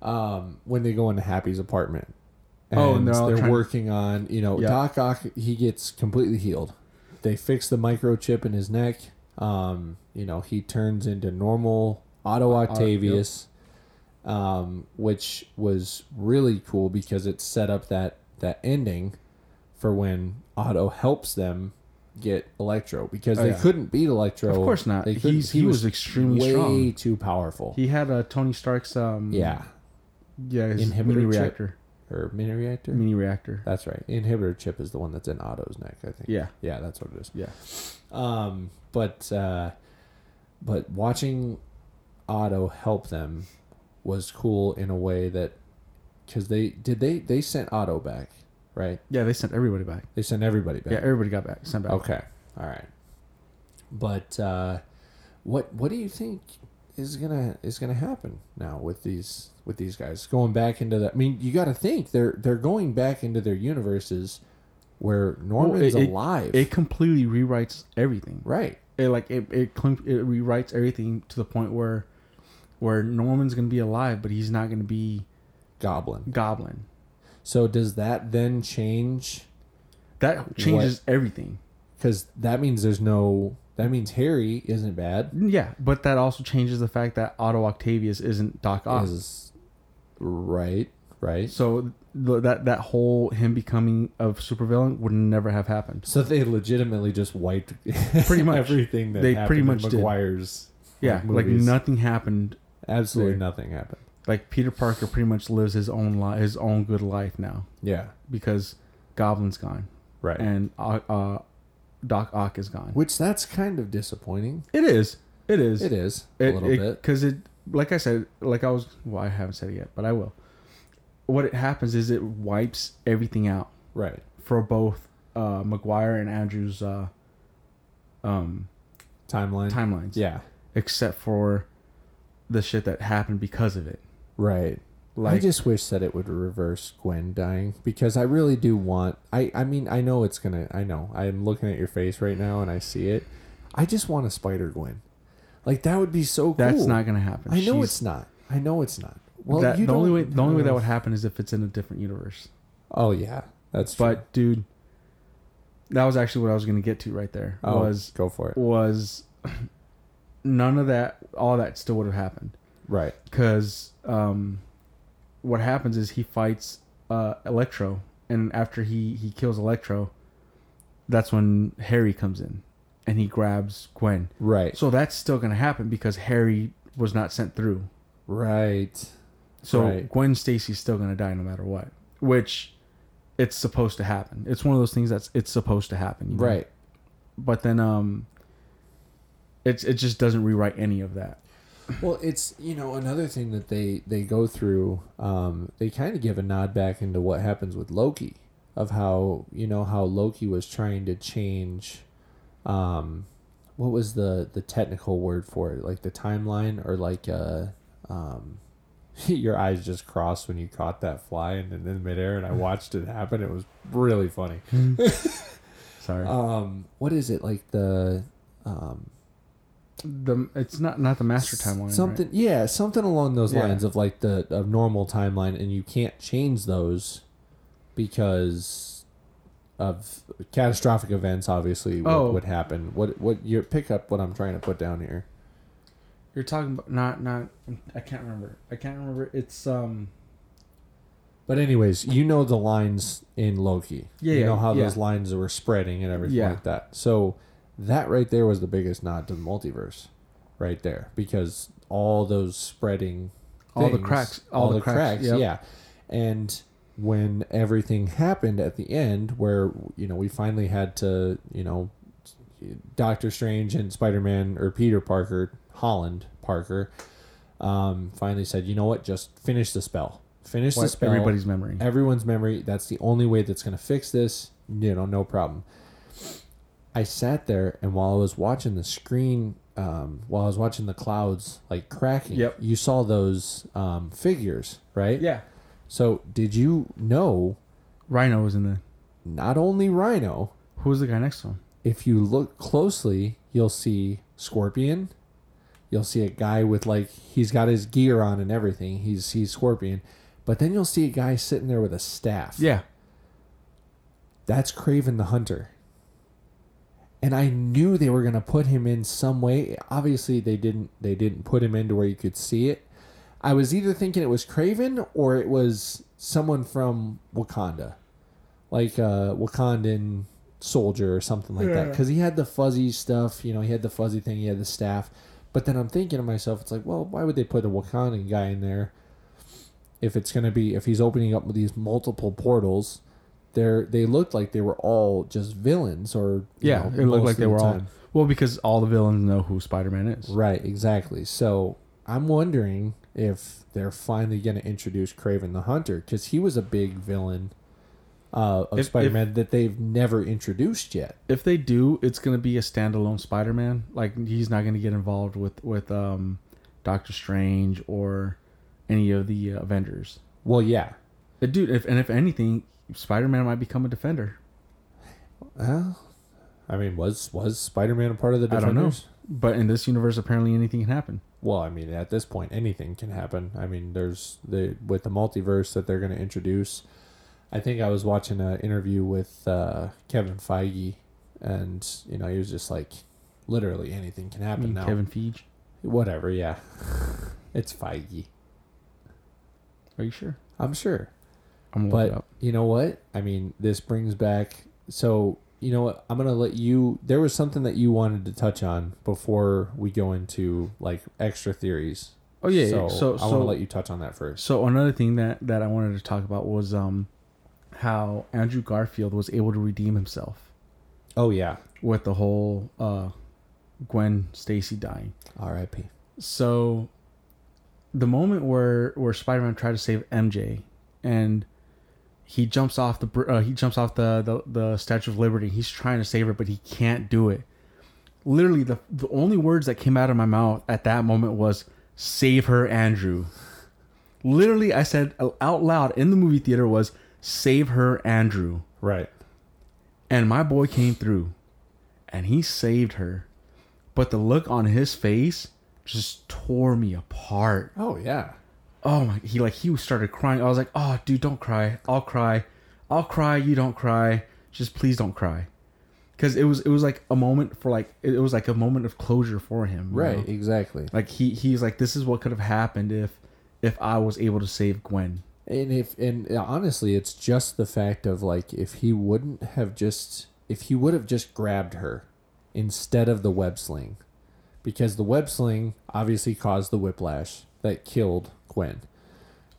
B: Um, when they go into Happy's apartment, and
C: Oh, and they're all
B: they're,
C: trying to-
B: working on you know
C: Yeah.
B: Doc Ock. He gets completely healed. They fix the microchip in his neck. Um, you know he turns into normal Otto Octavius, um, which was really cool because it set up that that ending for when Otto helps them get Electro because
C: Oh,
B: they
C: yeah.
B: couldn't beat Electro.
C: Of course not.
B: They couldn't-
C: He's- he was extremely
B: way
C: strong.
B: too powerful.
C: He had a Tony Stark's um
B: yeah,
C: yeah his
B: Inhibitor
C: mini
B: chip. Uh,
C: reactor
B: or mini reactor.
C: mini reactor
B: That's right. Inhibitor chip is the one that's in Otto's neck. I think.
C: yeah
B: Yeah, that's what it is.
C: yeah
B: Um, but uh, but watching Otto help them was cool in a way that because they did they they sent Otto back right.
C: yeah they sent everybody back
B: They sent everybody back.
C: yeah everybody got back sent back
B: Okay. All right. But uh, what what do you think is gonna is gonna happen now with these with these guys going back into the? I mean, you got to think they're they're going back into their universes where Norman's
C: it-
B: alive,
C: it completely rewrites everything
B: right?
C: it like it it, clink- it rewrites everything to the point where where Norman's gonna be alive, but he's not gonna be
B: Goblin.
C: Goblin.
B: So does that then change?
C: That changes everything.
B: Because that means there's no. That means Harry isn't bad.
C: Yeah, but that also changes the fact that Otto Octavius isn't Doc Ock.
B: Is right, right.
C: So th- that that whole him becoming a supervillain would never have happened.
B: So they legitimately just wiped
C: Pretty much.
B: everything that
C: They
B: happened
C: pretty
B: in
C: much did.
B: McGuire's
C: Yeah, like,
B: movies.
C: nothing happened.
B: Absolutely
C: There.
B: nothing happened.
C: Like Peter Parker pretty much lives his own life, his own good life now
B: Yeah,
C: because Goblin's gone
B: right.
C: and uh, uh, Doc Ock is gone.
B: Which that's kind of disappointing.
C: It is. It is.
B: It is a
C: it,
B: little bit.
C: because it like i said like i was well i haven't said it yet but i will what it happens is it wipes everything out
B: Right.
C: for both uh mcguire and andrew's uh um
B: Timeline.
C: timelines
B: Yeah.
C: except for the shit that happened because of it
B: Right. I
C: like
B: just wish that it would reverse Gwen dying because I really do want. I I mean I know it's gonna. I know I'm looking at your face right now and I see it. I just want a Spider Gwen. Like that would be so cool.
C: that's not gonna happen
B: I know
C: She's-
B: it's not. I know it's not. Well,
C: that,
B: you
C: the only
B: don't-
C: way the only way that would happen is if it's in a different universe
B: Oh yeah, that's true.
C: but dude that was actually what i was gonna get to right there
B: oh,
C: was
B: go for it.
C: was none of that all that still would have happened
B: Right.
C: because um, what happens is he fights uh, Electro and after he he kills Electro, that's when Harry comes in, and he grabs Gwen.
B: Right.
C: So that's still gonna happen because Harry was not sent through.
B: right.
C: So
B: Right.
C: Gwen Stacy's still gonna die no matter what, which it's supposed to happen. It's one of those things that's it's supposed to happen. you know?
B: Right.
C: But then um, it's it just doesn't rewrite any of that.
B: Well, it's you know another thing that they they go through. Um, they kind of give a nod back into what happens with Loki, of how you know how Loki was trying to change, um, what was the the technical word for it, like the timeline or like uh, um, your eyes just crossed when you caught that fly and then in midair, and I watched it happen. It was really funny.
C: Sorry.
B: Um, what is it like the um
C: the it's not not the master timeline.
B: something
C: Something.
B: yeah something along those
C: Yeah.
B: lines of like the of normal timeline and you can't change those because of catastrophic events obviously would,
C: Oh.
B: would happen what what you pick up what i'm trying to put down here
C: You're talking about not not. I can't remember. I can't remember. It's um.
B: but anyways you know the lines in loki
C: Yeah,
B: you know
C: yeah,
B: how
C: yeah.
B: those lines were spreading and everything
C: Yeah.
B: like that so that right there was the biggest nod to the multiverse right there because all those spreading
C: All the
B: things,
C: cracks-
B: all,
C: all
B: the,
C: the
B: cracks,
C: cracks, yep.
B: yeah and when everything happened at the end where you know we finally had to you know doctor strange and spider-man or peter parker holland parker um, finally said you know what just finish the spell finish the
C: What,
B: spell
C: everybody's memory.
B: everyone's memory. That's the only way that's going to fix this. You know, no problem. I sat there, and while I was watching the screen, um, while I was watching the clouds like cracking,
C: Yep.
B: you saw those um, figures, right?
C: yeah.
B: So, did you know
C: Rhino was in the.
B: not only Rhino,
C: Who was the guy next to him?
B: if you look closely, you'll see Scorpion. You'll see a guy with like he's got his gear on and everything. He's he's Scorpion, but then you'll see a guy sitting there with a staff.
C: Yeah.
B: that's Craven the Hunter. And I knew they were gonna put him in some way. Obviously, they didn't. They didn't put him into where you could see it. I was either thinking it was Craven or it was someone from Wakanda, like a Wakandan soldier or something like that.
C: Yeah.
B: Because he had the fuzzy stuff. You know, he had the fuzzy thing. He had the staff. But then I'm thinking to myself, it's like, well, why would they put a Wakandan guy in there if it's gonna be if he's opening up these multiple portals? they're they looked like they were all just villains or you
C: Yeah.
B: know,
C: it
B: most
C: looked like
B: of
C: they
B: the
C: were
B: time.
C: all. Well, because all the villains know who Spider Man is.
B: right exactly so i'm wondering if they're finally going to introduce craven the hunter because he was a big villain uh, of
C: If- if-
B: spider-man that they've never introduced yet
C: if they do, it's gonna be a standalone Spider-Man. Like he's not gonna get involved with with um, Doctor Strange or any of the uh, Avengers.
B: well yeah
C: Uh, Dude, if and if anything, Spider-Man might become a defender.
B: well, i mean was was spider-man a part of the
C: I
B: defenders
C: don't know. But in this universe, apparently anything can happen.
B: well i mean at this point anything can happen i mean there's the with the multiverse that they're going to introduce i think i was watching an interview with uh, kevin feige and you know he was just like literally anything can happen now
C: Kevin Feige,
B: whatever yeah it's feige
C: are you sure?
B: i'm sure
C: I'm gonna look it
B: but
C: up.
B: you know what? I mean, this brings back. So you know what? I'm gonna let you. There was something that you wanted to touch on before we go into like extra theories.
C: Oh, yeah,
B: So,
C: yeah. So-
B: I want
C: so-
B: to let you touch on that first.
C: So another thing that that I wanted to talk about was um, how Andrew Garfield was able to redeem himself
B: Oh yeah.
C: with the whole uh, Gwen Stacy dying.
B: R.I.P.
C: so the moment where where spider-man tried to save mj and he jumps off the br- uh, he jumps off the, the the statue of liberty he's trying to save her but he can't do it literally the the only words that came out of my mouth at that moment was save her andrew literally i said out loud in the movie theater was save her andrew
B: Right.
C: and my boy came through and he saved her. But the look on his face just tore me apart.
B: Oh yeah.
C: Oh my he like he started crying. I was like, "Oh, dude, don't cry. I'll cry. I'll cry. You don't cry. Just please don't cry." Cuz it was it was like a moment for like it was like a moment of closure for him, you know?
B: Right. Exactly.
C: Like he he's like this is what could have happened if if I was able to save Gwen.
B: And if and honestly, it's just the fact of like if he wouldn't have just if he would have just grabbed her instead of the web sling, because the web sling obviously caused the whiplash that killed Gwen.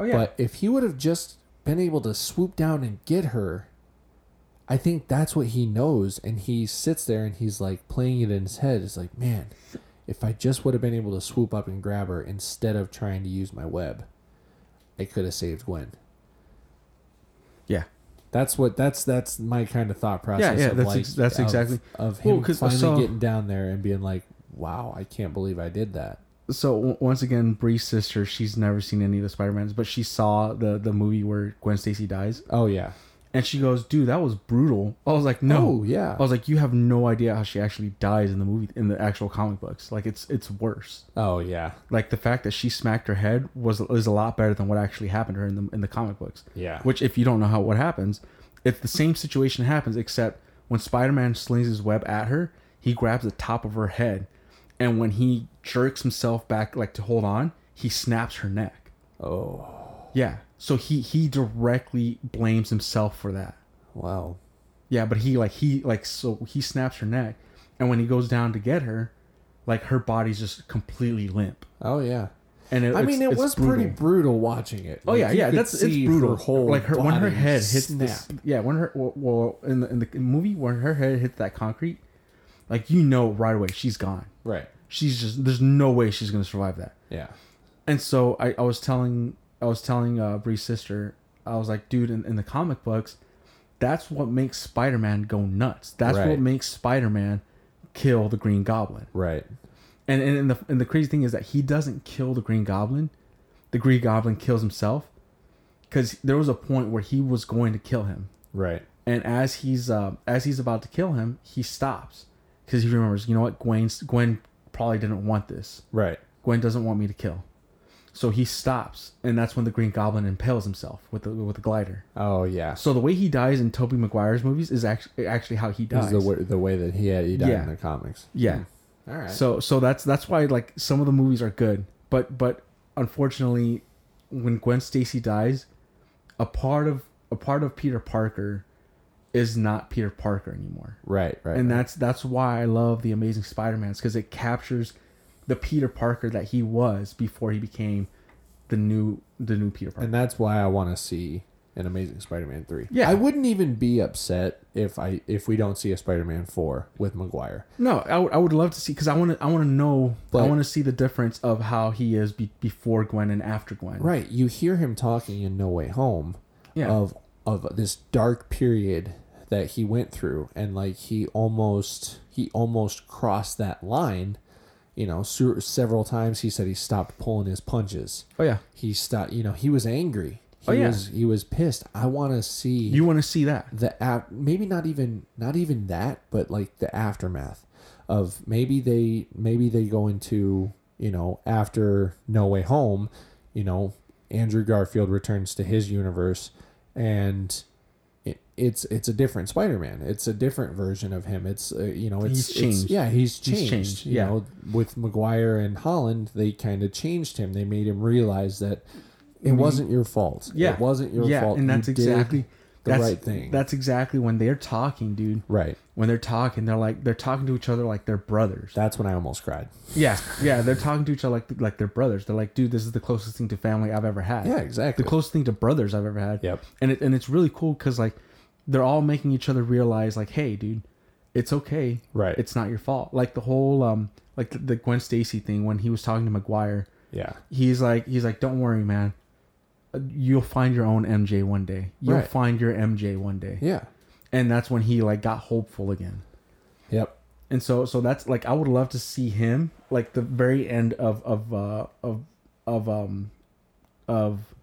C: Oh yeah.
B: But if he would have just been able to swoop down and get her, I think that's what he knows. And he sits there and he's like playing it in his head. It's like, man, if I just would have been able to swoop up and grab her instead of trying to use my web, I could have saved Gwen.
C: yeah.
B: That's what that's that's my kind of thought process.
C: yeah,
B: of
C: that's
B: like,
C: ex- that's
B: of-
C: exactly-
B: of
C: Well,
B: him
C: 'cause uh, I
B: finally
C: saw-
B: getting down there and being like, "Wow, I can't believe I did that."
C: So w- once again, Bree's sister, she's never seen any of the Spider Mans, but she saw the the movie where Gwen Stacy dies,
B: Oh yeah,
C: and she goes, "Dude, that was brutal." I was like, "No."
B: Oh, yeah.
C: I was like, "You have no idea how she actually dies in the movie in the actual comic books. Like it's it's worse.
B: oh yeah,
C: Like the fact that she smacked her head was is a lot better than what actually happened to her in the in the comic books.
B: Yeah.
C: Which if you don't know how what happens, it's the same situation happens except when Spider Man slings his web at her, he grabs the top of her head, and when he jerks himself back like to hold on, he snaps her neck.
B: oh
C: Yeah. So he he directly blames himself for that.
B: wow,
C: Yeah, but he like he like so he snaps her neck, and when he goes down to get her, like her body's just completely limp.
B: oh yeah.
C: And it,
B: I
C: it's-
B: mean, it
C: it's
B: was
C: brutal.
B: pretty brutal watching it.
C: Oh
B: Like,
C: yeah,
B: you
C: yeah,
B: could
C: that's it's
B: see
C: brutal.
B: Her whole
C: like her when her
B: body
C: head hits
B: snap.
C: this, yeah, when her well, well in the in the movie when her head hits that concrete, like you know right away she's gone.
B: Right.
C: She's just there's no way she's gonna survive that.
B: Yeah.
C: And so I, I was telling I was telling uh, Bree's sister I was like, dude, in, in the comic books, that's what makes Spider Man go nuts. That's
B: Right.
C: what makes Spider Man kill the Green Goblin.
B: Right.
C: And and, and the and the crazy thing is that he doesn't kill the Green Goblin. The Green Goblin kills himself because there was a point where he was going to kill him,
B: Right.
C: and as he's uh, as he's about to kill him, he stops because he remembers, you know what, Gwen's Gwen probably didn't want this.
B: Right.
C: Gwen doesn't want me to kill, so he stops, and that's when the Green Goblin impales himself with the with the glider.
B: Oh yeah.
C: So the way he dies in Tobey Maguire's movies is actually actually how he
B: This
C: dies.
B: is the way, the way that he had he died
C: Yeah.
B: in the comics.
C: yeah.
B: All right.
C: So so that's that's why like some of the movies are good, but but unfortunately, when Gwen Stacy dies, a part of a part of Peter Parker is not Peter Parker anymore,
B: right. Right.
C: and
B: right.
C: that's that's why I love the Amazing Spider-Man's because it captures the Peter Parker that he was before he became the new the new Peter Parker.
B: and that's why I want to see an Amazing Spider-Man three.
C: Yeah.
B: I wouldn't even be upset if I if we don't see a Spider-Man four with Maguire.
C: No, I would- I would love to see because I want to I want to know I
B: But-
C: want to see the difference of how he is be, before Gwen and after Gwen.
B: Right. You hear him talking in No Way Home
C: Yeah.
B: of of this dark period that he went through and like he almost he almost crossed that line, you know, se- several times he said he stopped pulling his punches.
C: Oh yeah.
B: He stopped, you know, he was angry. He
C: Oh, yeah.
B: was he was pissed. I want to see
C: You want to see that?
B: the app maybe not even not even that but like the aftermath of maybe they maybe they go into you know after no way home you know andrew garfield returns to his universe and it, it's it's a different spider-man it's a different version of him it's uh, you know it's,
C: He's
B: it's-
C: changed.
B: yeah he's changed,
C: changed,
B: you
C: yeah.
B: know with mcguire and holland they kind of changed him they made him realize that it wasn't your fault
C: Yeah.
B: it wasn't your fault
C: and
B: You
C: that's
B: did
C: exactly
B: the
C: that's,
B: right thing
C: That's exactly when they're talking, dude.
B: right
C: When they're talking, they're like they're talking to each other like they're brothers.
B: That's when I almost cried.
C: yeah, yeah, they're talking to each other like like they're brothers. They're like, dude, this is the closest thing to family I've ever had.
B: Yeah,
C: the
B: exactly.
C: closest thing to brothers I've ever had.
B: Yep.
C: And it and it's really cool because like they're all making each other realize like, hey, dude, it's okay.
B: Right.
C: It's not your fault. Like the whole um like the, the Gwen Stacy thing when he was talking to McGuire,
B: yeah.
C: he's like he's like, don't worry, man. You'll find your own MJ one day. You'll
B: Right.
C: find your MJ one day.
B: Yeah.
C: and that's when he like got hopeful again
B: Yep.
C: and so so that's like i would love to see him like the very end of of uh of of um of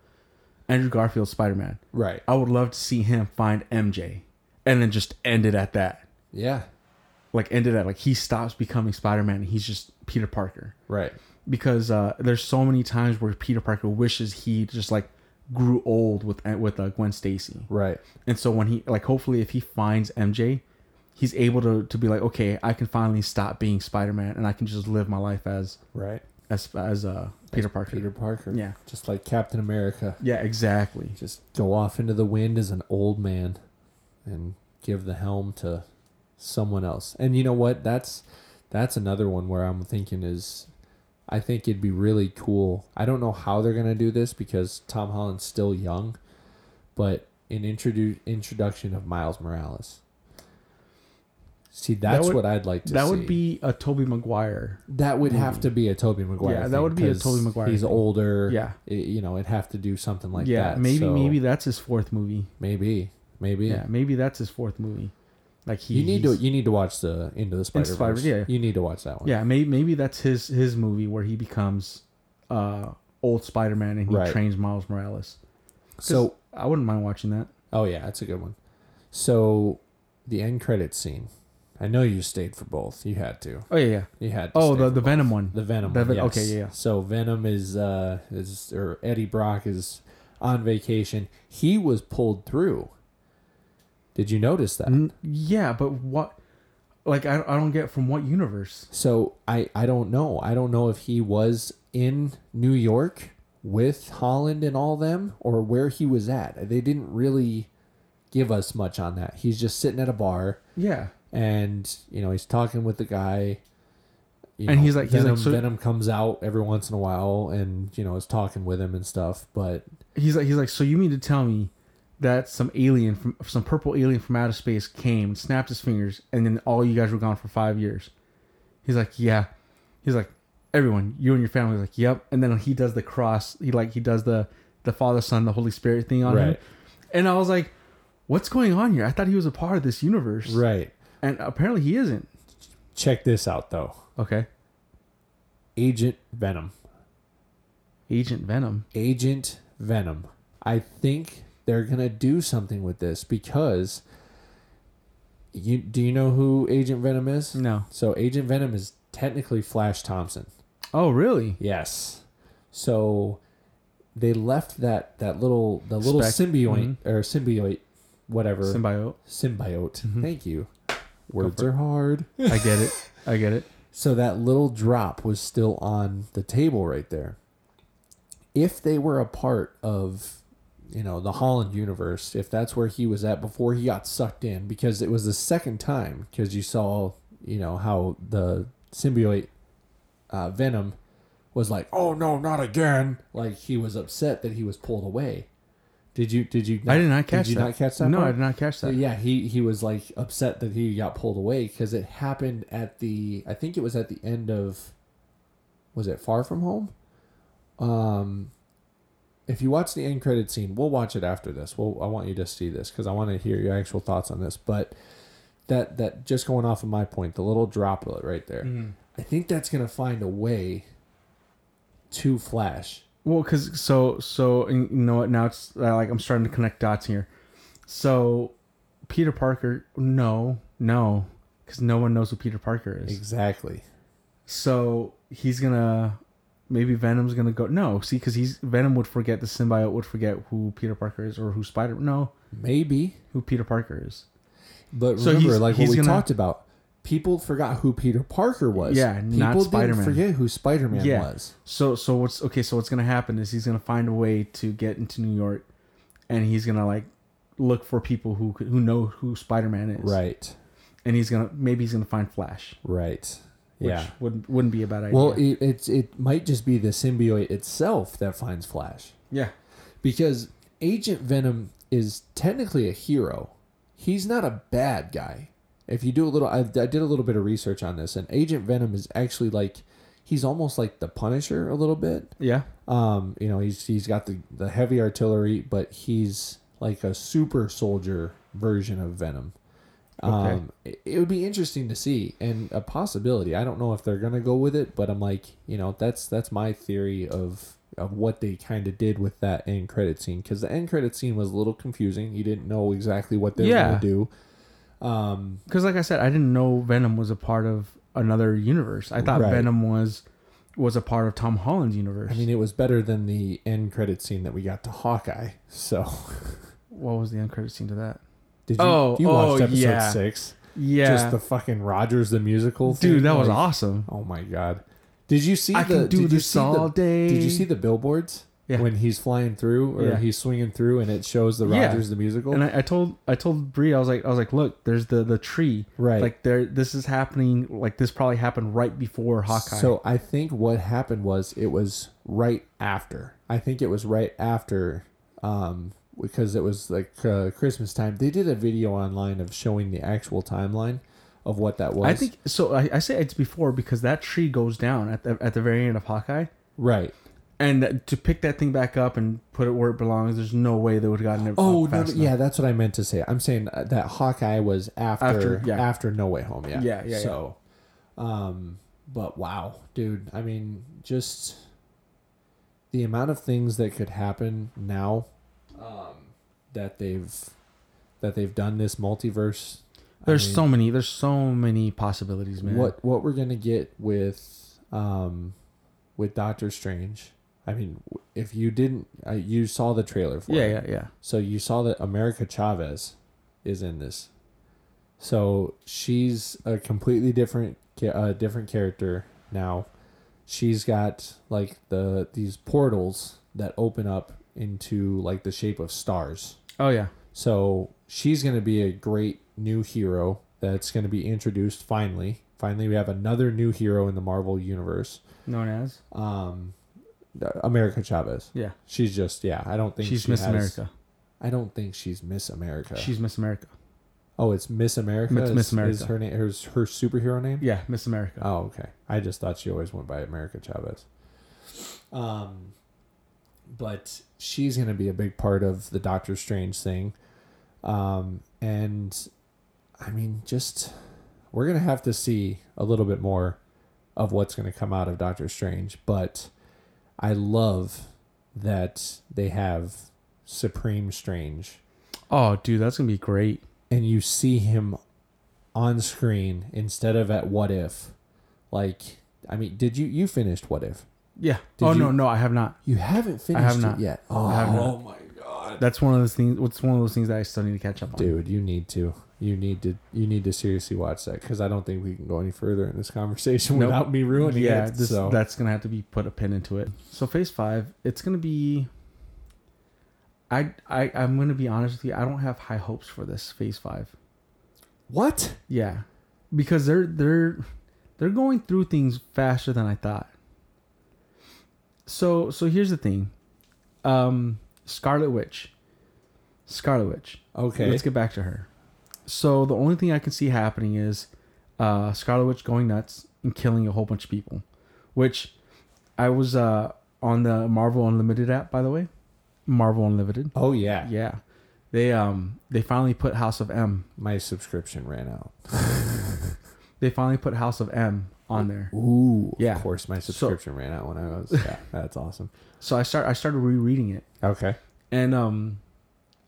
C: andrew garfield's spider-man
B: Right.
C: i would love to see him find mj and then just end it at that
B: Yeah.
C: like end it at like he stops becoming spider-man and he's just peter parker
B: Right.
C: because uh there's so many times where peter parker wishes he just like grew old with with uh, gwen stacy
B: Right.
C: and so when he like hopefully if he finds MJ, he's able to to be like, okay, I can finally stop being Spider Man and I can just live my life as
B: Right.
C: as as uh, Peter Parker.
B: Peter Parker.
C: Yeah.
B: Just like Captain America.
C: Yeah, exactly.
B: Just go off into the wind as an old man and give the helm to someone else. And you know what? That's that's another one where I'm thinking is I think it'd be really cool. I don't know how they're gonna do this because Tom Holland's still young, but an introdu- introduction of Miles Morales. See, that's
C: would-
B: what I'd like to
C: That
B: see.
C: would be a Toby Maguire.
B: That would have to be a Toby Maguire.
C: Yeah, that
B: thing,
C: would be a
B: 'cause
C: Tobey Maguire
B: He's
C: thing.
B: older.
C: Yeah.
B: I- you know, it'd have to do something like
C: yeah,
B: that.
C: maybe
B: so
C: maybe that's his fourth movie.
B: maybe maybe.
C: Yeah. maybe that's his fourth movie. Like he
B: You need to
C: he's-
B: you need to watch the Into the Spider Verse.
C: Spider- yeah.
B: You need to watch that one.
C: Yeah, maybe maybe that's his his movie where he becomes uh old Spider Man and he
B: Right.
C: trains Miles Morales. 'Cause
B: So
C: I wouldn't mind watching that.
B: oh yeah, that's a good one. So the end credit scene. I know you stayed for both. You had to.
C: Oh yeah, yeah.
B: You had. To
C: Oh
B: stay
C: the
B: for
C: the
B: both.
C: Venom one.
B: The Venom.
C: The
B: one,
C: Ven-
B: yes.
C: okay, yeah, yeah.
B: So Venom is uh is or Eddie Brock is on vacation. He was pulled through. Did you notice that?
C: N- yeah, but what? Like I I don't get from what universe.
B: So I I don't know. I don't know if he was in New York with Holland and all them or where he was at. They didn't really give us much on that. He's just sitting at a bar
C: Yeah.
B: and you know he's talking with the guy. you
C: And he's like- he's like,
B: Venom,
C: so-
B: Venom comes out every once in a while, and you know is talking with him and stuff. But
C: He's like he's like so you mean to tell me that some alien from some purple alien from outer space came, snapped his fingers, and then all you guys were gone for five years. He's like, yeah. He's like, everyone, you and your family. He's like, yep. And then he does the cross. He like he does the the Father, Son, the Holy Spirit thing on him.
B: Right.
C: And I was like, what's going on here? I thought he was a part of this universe,
B: right,
C: and apparently he isn't.
B: check this out though.
C: Okay,
B: Agent Venom.
C: Agent Venom.
B: Agent Venom. I think they're gonna do something with this because you do you know who Agent Venom is?
C: No.
B: So Agent Venom is technically Flash Thompson.
C: Oh, really?
B: Yes. So they left that that little the little
C: Spec- Mm-hmm.
B: symbiote or symbiote whatever
C: Symbiote.
B: symbiote.
C: Mm-hmm.
B: Thank you. Words are hard.
C: I get it. I get it.
B: So that little drop was still on the table right there. If they were a part of, you know, the Holland universe, if that's where he was at before he got sucked in, because it was the second time, because you saw, you know, how the symbiote uh, Venom was like, oh no, not again! Like he was upset that he was pulled away. Did you? Did you?
C: I did not catch.
B: Did you
C: that.
B: not catch that?
C: No, I
B: part?
C: did not catch
B: So,
C: that.
B: yeah, he he was like upset that he got pulled away because it happened at the I think it was at the end of was it Far From Home? Um, if you watch the end credit scene, we'll watch it after this. Well, I want you to see this because I want to hear your actual thoughts on this. But that that just going off of my point, the little droplet right there, I think that's gonna find a way to Flash.
C: Well, because so so and you know what now it's uh, like I'm starting to connect dots here. So Peter Parker, no, no, because no one knows who Peter Parker is.
B: Exactly.
C: So he's gonna maybe Venom's gonna go no, see, because he's Venom would forget the symbiote would forget who Peter Parker is or who Spider no
B: Maybe
C: who Peter Parker is.
B: But
C: So
B: remember,
C: he's-
B: like
C: he's
B: what we
C: gonna-
B: talked about, people forgot who Peter Parker was.
C: Yeah, not
B: people
C: Spider-Man.
B: didn't forget who Spider Man
C: Yeah.
B: was.
C: So so what's okay? So what's gonna happen is he's gonna find a way to get into New York, and he's gonna like look for people who could- who know who Spider Man is.
B: Right,
C: and he's gonna maybe he's gonna find Flash,
B: right.
C: which
B: yeah.
C: wouldn't wouldn't be a bad idea.
B: Well, it, it's it might just be the symbiote itself that finds Flash
C: yeah,
B: because Agent Venom is technically a hero. He's not a bad guy. If you do a little, I, I did a little bit of research on this, and Agent Venom is actually like, he's almost like the Punisher a little bit.
C: yeah,
B: Um, you know, he's he's got the, the heavy artillery, but he's like a super soldier version of Venom. Um,
C: Okay.
B: it, it would be interesting to see and a possibility. I don't know if they're gonna go with it, but I'm like, you know, that's that's my theory of of what they kind of did with that end credit scene because the end credit scene was a little confusing. You didn't know exactly what they were
C: Yeah.
B: gonna do. Um,
C: because like I said, I didn't know Venom was a part of another universe. I thought
B: Right.
C: Venom was was a part of Tom Holland's universe.
B: I mean, it was better than the end credit scene that we got to Hawkeye. So,
C: what was the end credit scene to that?
B: did you
C: Oh,
B: you watched
C: oh,
B: episode
C: yeah.
B: six?
C: Yeah,
B: just the fucking Rogers the musical.
C: dude,
B: thing,
C: that was
B: like-
C: awesome.
B: Oh my god, Did you see
C: I
B: the?
C: can do
B: did you
C: this
B: see
C: all
B: the, Did you
C: day.
B: see the billboards
C: Yeah.
B: when he's flying through or
C: Yeah.
B: he's swinging through and it shows the
C: Yeah.
B: Rogers the musical?
C: And I, I told I told Bree I was like I was like look there's the the tree
B: Right.
C: like there this is happening like this probably happened right before Hawkeye
B: So I think what happened was it was right after. I think it was right after, um, because it was like uh, Christmas time. They did a video online of showing the actual timeline of what that was.
C: I think so I, I say it's before because that tree goes down at the at the very end of Hawkeye
B: right.
C: and to pick that thing back up and put it where it belongs there's no way they would have gotten it
B: Oh
C: up
B: no,
C: fast
B: yeah,
C: enough.
B: that's what I meant to say. I'm saying uh, that Hawkeye was after after,
C: After, yeah.
B: No Way Home. Yeah,
C: Yeah, yeah,
B: So, um, but wow, dude. I mean, just the amount of things that could happen now, um, that they've that they've done this multiverse.
C: there's
B: I mean,
C: so many there's so many possibilities man
B: what what we're gonna get with um with Doctor Strange. I mean, w- if you didn't, uh, you saw the trailer for
C: yeah
B: it.
C: yeah yeah
B: So you saw that America Chavez is in this. So she's a completely different cha- uh, different character now. She's got like the these portals that open up into like the shape of stars.
C: oh yeah
B: So she's going to be a great new hero that's going to be introduced finally. Finally, we have another new hero in the Marvel universe.
C: known as
B: Um, America Chavez.
C: yeah
B: She's just yeah. I don't think
C: she's
B: she
C: Miss
B: has- uh,
C: America
B: I don't think she's Miss America.
C: she's Miss America
B: oh, it's Miss America.
C: It's
B: is-
C: Miss America.
B: Is her name? Her, her superhero name?
C: yeah Miss America
B: Oh, okay. I just thought she always went by America Chavez. Um, but she's gonna be a big part of the Doctor Strange thing. Um, and I mean, just we're gonna have to see a little bit more of what's gonna come out of Doctor Strange. But I love that they have Supreme Strange
C: oh dude that's gonna be great
B: and you see him on screen instead of at what if like i mean did you you finished what if
C: yeah
B: Did
C: oh no
B: you-
C: no I have not
B: you haven't finished
C: have
B: it
C: not.
B: yet oh,
C: I have not.
B: my god
C: That's one of those things. What's one of those things that I still need to catch up on?
B: dude you need to you need to you need to seriously watch that because i don't think we can go any further in this conversation
C: Nope.
B: without me ruining
C: yeah,
B: it
C: this,
B: so
C: that's gonna have to be put a pin into it. So phase five, it's gonna be. I I I'm gonna be honest with you. I don't have high hopes for this phase five.
B: what
C: Yeah, because they're they're they're going through things faster than I thought. So so here's the thing, um, Scarlet Witch. Scarlet Witch.
B: okay
C: Let's get back to her. So the only thing I can see happening is uh, Scarlet Witch going nuts and killing a whole bunch of people, which I was uh, on the Marvel Unlimited app, by the way. Marvel Unlimited.
B: oh yeah.
C: Yeah, they um they finally put House of M.
B: my subscription ran out
C: They finally put House of M on there.
B: ooh
C: Yeah.
B: of course my subscription ran out when i was yeah that's awesome
C: So I start I started rereading it,
B: okay
C: and um,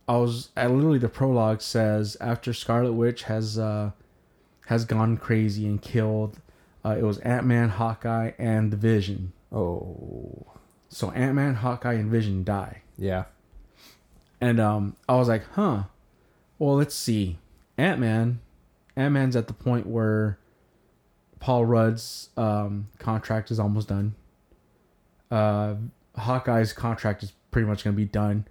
C: I was I literally the prologue says after Scarlet Witch has uh has gone crazy and killed. Uh, it was Ant Man, Hawkeye, and the Vision.
B: oh
C: So Ant Man, Hawkeye, and Vision die.
B: yeah
C: And um, I was like, huh. Well, let's see. Ant Man, Ant Man's at the point where Paul Rudd's um, contract is almost done. Uh, Hawkeye's contract is pretty much going to be done,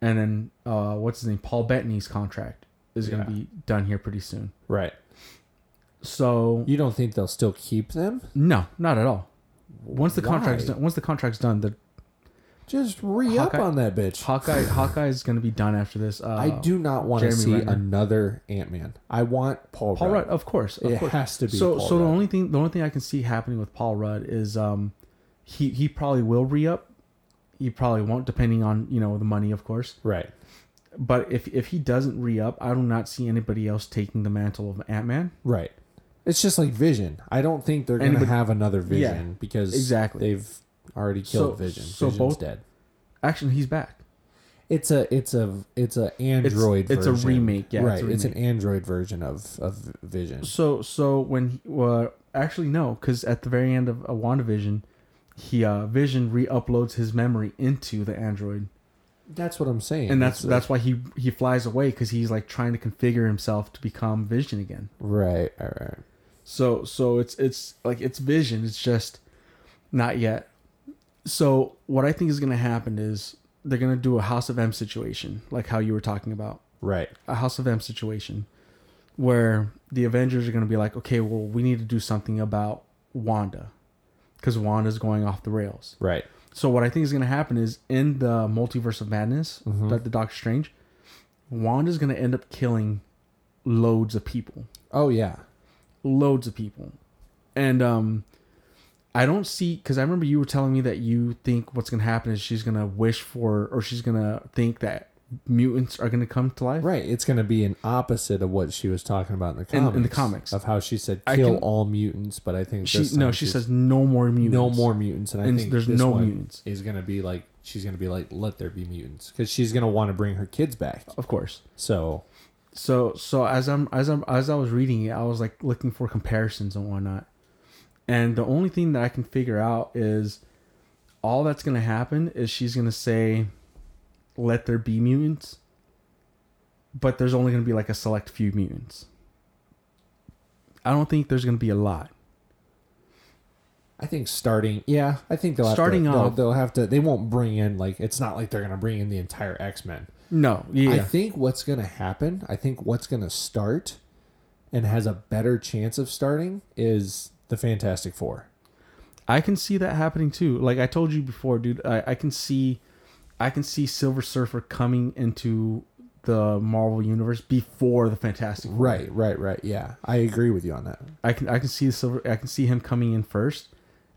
C: and then uh, what's his name? Paul Bettany's contract is going
B: Yeah.
C: to be done here pretty soon.
B: right
C: So
B: You don't think they'll still keep them?
C: no, not at all. Once the contract's
B: Why?
C: done, once the contract's done, the
B: just re up
C: Hawkeye-
B: on that bitch.
C: Hawkeye Hawkeye is going to be done after this. Uh,
B: I do not want to
C: Jeremy
B: see
C: Renner.
B: another Ant Man. I want Paul,
C: Paul
B: Rudd.
C: Rudd, of course, of
B: It
C: course.
B: has to be
C: So,
B: Paul
C: so the
B: Rudd.
C: only thing, the only thing I can see happening with Paul Rudd is, um, he he probably will re up. He probably won't, depending on you know the money, of course.
B: Right.
C: But if if he doesn't re up, I do not see anybody else taking the mantle of Ant Man.
B: Right. It's just like Vision. I don't think they're going to
C: Anybody-
B: have another Vision
C: Yeah,
B: because
C: exactly.
B: they've already
C: So-
B: killed Vision.
C: so
B: Vision's
C: both-
B: dead.
C: Actually, he's back.
B: It's a it's a it's a Android.
C: it's a
B: version.
C: remake, yeah, it's a
B: right. It's, an
C: remake.
B: Android version of of Vision.
C: So so when he, uh, actually no, because at the very end of uh, WandaVision, he uh, Vision re uploads his memory into the android.
B: That's what I'm saying.
C: and that's
B: It's a-
C: that's why he he flies away because he's like trying to configure himself to become Vision again.
B: right. All right.
C: So so it's it's like it's Vision. It's just Not yet. So what I think is going to happen is they're going to do a House of M situation, like how you were talking about
B: Right.
C: a House of M situation, where the Avengers are going to be like, okay, well, we need to do something about Wanda, because Wanda's going off the rails.
B: Right.
C: So what I think is going to happen is in the multiverse of madness, that the Doctor Strange, Wanda's going to end up killing loads of people,
B: Oh yeah.
C: loads of people, and um, I don't see because I remember you were telling me that you think what's going to happen is she's going to wish for or she's going to think that mutants are going to come to life.
B: Right. It's going to be an opposite of what she was talking about in the
C: In-
B: comics.
C: in the comics.
B: of how she said
C: I
B: kill
C: can-
B: all mutants, but I think
C: She
B: this
C: no,
B: time
C: she
B: she's-
C: says no more mutants.
B: no more mutants, and I
C: And
B: think
C: there's
B: this
C: no
B: one
C: mutants.
B: is going to be like she's going to be like let there be mutants because she's going to want to bring her kids back.
C: Of course.
B: So
C: so so as I'm as I'm as I was reading it, I was like looking for comparisons and whatnot. And the only thing that I can figure out is all that's gonna happen is she's gonna say, "Let there be mutants," but there's only gonna be like a select few mutants. I don't think there's gonna be a lot.
B: I think starting, yeah, I think they'll have
C: Starting
B: to, they'll-
C: off-
B: they'll, have to. They won't bring in like it's not like they're going to bring in the entire X Men.
C: No, yeah,
B: I think what's going to happen, I think what's going to start, and has a better chance of starting is the Fantastic Four.
C: I can see that happening too. Like I told you before, dude, I, I can see I can see Silver Surfer coming into the Marvel universe before the Fantastic Four.
B: Right, right, right. Yeah, I agree with you on that.
C: I can I can see the Silver I can see him coming in first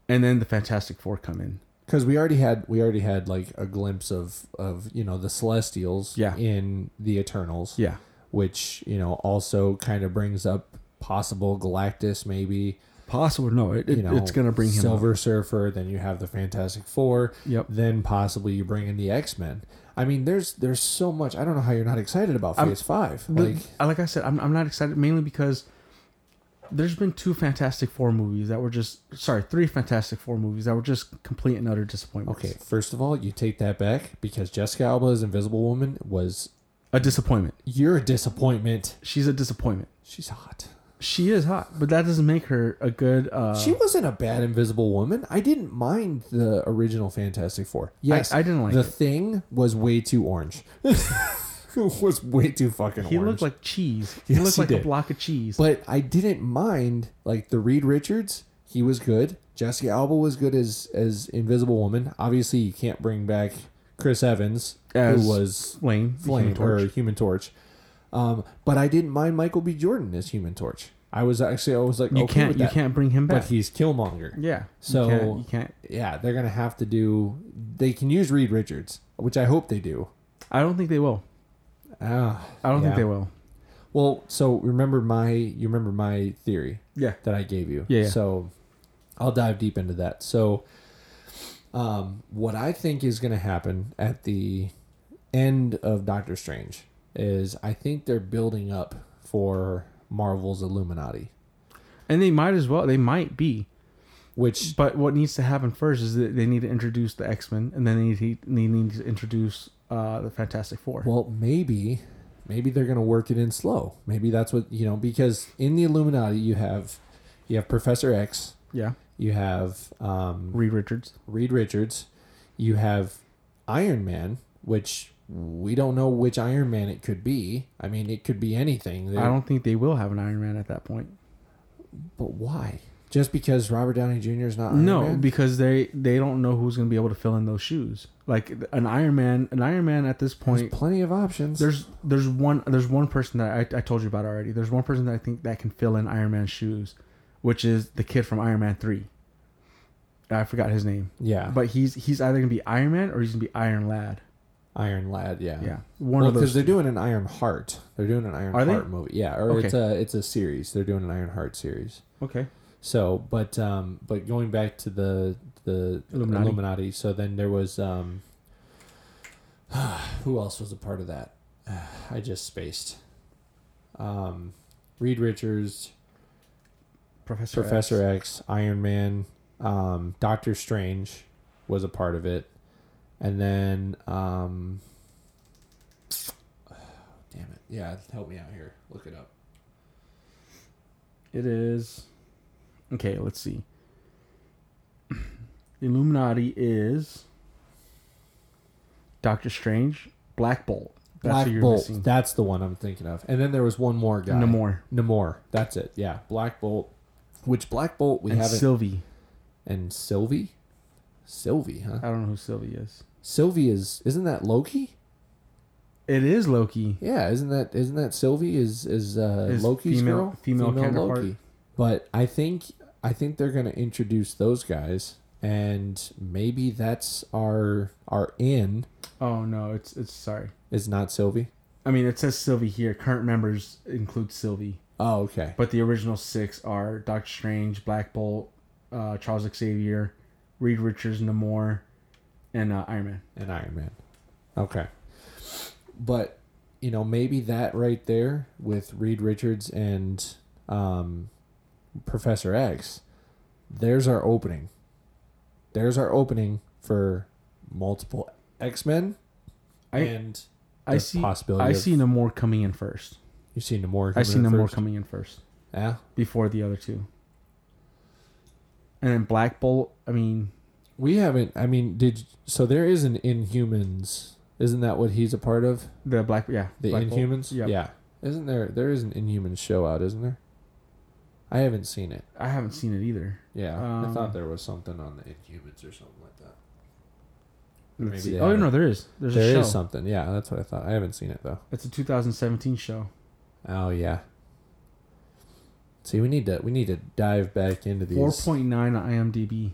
C: and then the Fantastic Four come in.
B: because we already had we already had like a glimpse of of you know the celestials
C: Yeah.
B: in the eternals
C: Yeah.
B: which you know also kind of brings up possible galactus maybe
C: Possible no, it, it-
B: you know
C: it's gonna bring him
B: silver
C: up.
B: surfer then you have the fantastic four
C: Yep.
B: then possibly you bring in the x-men i mean there's there's so much i don't know how you're not excited about phase five
C: The-
B: like
C: I- like I said, I'm I'm not excited mainly because there's been two Fantastic Four movies that were just sorry, three Fantastic Four movies that were just complete and utter disappointments.
B: okay first of all you take that back because jessica alba's invisible woman was
C: A disappointment.
B: you're a disappointment
C: She's a disappointment.
B: she's hot
C: She is hot, but that doesn't make her a good. Uh,
B: She wasn't a bad Invisible Woman. I didn't mind the original Fantastic Four. Yes,
C: I didn't like
B: the
C: it.
B: Thing was way too orange. was way too fucking
C: he
B: orange.
C: looked like cheese. He
B: Yes,
C: looked
B: he
C: like a
B: did.
C: block of cheese.
B: but I didn't mind like the Reed Richards. He was good. Jessica Alba was good as as Invisible Woman. Obviously, you can't bring back Chris Evans,
C: As
B: who was
C: Flame, the
B: Flame
C: Human Torch.
B: or Human Torch. Um, but I didn't mind Michael B. Jordan as Human Torch. I was actually I was like
C: you
B: okay
C: can't.
B: with
C: You
B: that.
C: can't bring him back.
B: But he's Killmonger.
C: yeah.
B: So-
C: you can't, you can't.
B: yeah, they're gonna have to do. They can use Reed Richards, which I hope they do.
C: I don't think they will.
B: Ah,
C: I don't think
B: yeah.
C: they will.
B: Well, so remember my you remember my theory
C: Yeah.
B: that I gave you.
C: Yeah, yeah.
B: So I'll dive deep into that. So, um, what I think is gonna happen at the end of Doctor Strange is I think they're building up for Marvel's Illuminati,
C: And they might as well. They might be.
B: which
C: But what needs to happen first is that they need to introduce the X Men, and then they need, to, they need to introduce uh, the Fantastic Four.
B: Well, maybe, maybe they're gonna work it in slow. Maybe that's what you know. Because in the Illuminati, you have, you have Professor X,
C: yeah.
B: you have um,
C: Reed Richards.
B: Reed Richards, you have Iron Man, which we don't know which Iron Man it could be. I mean, it could be anything.
C: I don't think they will have an Iron Man at that point.
B: But why? Just because Robert Downey Jr. is not Iron
C: no,
B: Man?
C: because they they don't know who's going to be able to fill in those shoes. Like an Iron Man, an Iron Man at this
B: there's
C: point,
B: plenty of options.
C: there's there's one there's one person that I, I told you about already. There's one person that I think that can fill in Iron Man's shoes, which is the kid from Iron Man three. I forgot his name,
B: yeah,
C: but he's he's either gonna be Iron Man or he's gonna be Iron Lad.
B: Iron Lad. Yeah,
C: Yeah, one of
B: because
C: those.
B: they're doing an Iron Heart. They're doing an Iron
C: Are they?
B: Heart movie. Yeah, or
C: Okay.
B: it's a it's a series. They're doing an Iron Heart series.
C: Okay,
B: So, but um, but going back to the the
C: Illuminati.
B: Illuminati. so then there was um, who else was a part of that? I just spaced. Um, Reed Richards,
C: Professor
B: Professor X, Iron Man, um, Doctor Strange was a part of it, and then um, damn it, yeah, help me out here, look it up.
C: It is. Okay, let's see. Illuminati is Doctor Strange, Black Bolt. That's
B: Black
C: who you're
B: Bolt.
C: missing.
B: That's the one I'm thinking of. And then there was one more guy.
C: Namor.
B: Namor. That's it. Yeah. Black Bolt. Which Black Bolt we
C: and
B: haven't.
C: Sylvie.
B: and Sylvie? Sylvie, huh?
C: I don't know who Sylvie is.
B: Sylvie is. Isn't that Loki?
C: It is Loki.
B: Yeah, isn't that isn't that Sylvie is is uh,
C: His
B: Loki's
C: female-
B: girl?
C: female counterpart.
B: But I think I think they're gonna introduce those guys, and maybe that's our our in
C: Oh no, it's it's sorry.
B: is not Sylvie.
C: I mean, it says Sylvie here. Current members include Sylvie,
B: Oh, okay.
C: but the original six are Doctor Strange, Black Bolt, uh, Charles Xavier, Reed Richards, Namor, and uh, Iron Man.
B: and Iron Man. Okay. But you know, maybe that right there with Reed Richards and um, Professor X, there's our opening. There's our opening for multiple X Men
C: I-
B: and
C: I
B: the
C: see.
B: possibility
C: I
B: of-
C: see Namor coming in first.
B: you see Namor.
C: I
B: coming
C: see
B: in
C: Namor
B: first.
C: coming in first
B: Yeah,
C: before the other two. And then Black Bolt. I mean,
B: we haven't. I mean, did so? There is an Inhumans. Isn't that what he's a part of?
C: the Black. Yeah,
B: The
C: Black Bolt.
B: Inhumans.
C: Yep.
B: Yeah. Isn't there? There is an Inhumans show out, isn't there? I haven't seen it.
C: I haven't seen it either.
B: Yeah, I
C: Um,
B: thought there was something on the Inhumans or something like that.
C: Let's
B: Maybe
C: see.
B: they
C: Oh
B: haven't.
C: no, there is. There's
B: There
C: a
B: is
C: show.
B: something. Yeah, that's what I thought. I haven't seen it though.
C: It's a 2017 show.
B: Oh yeah. See, we need to we need to dive back into these.
C: Four point nine on IMDb.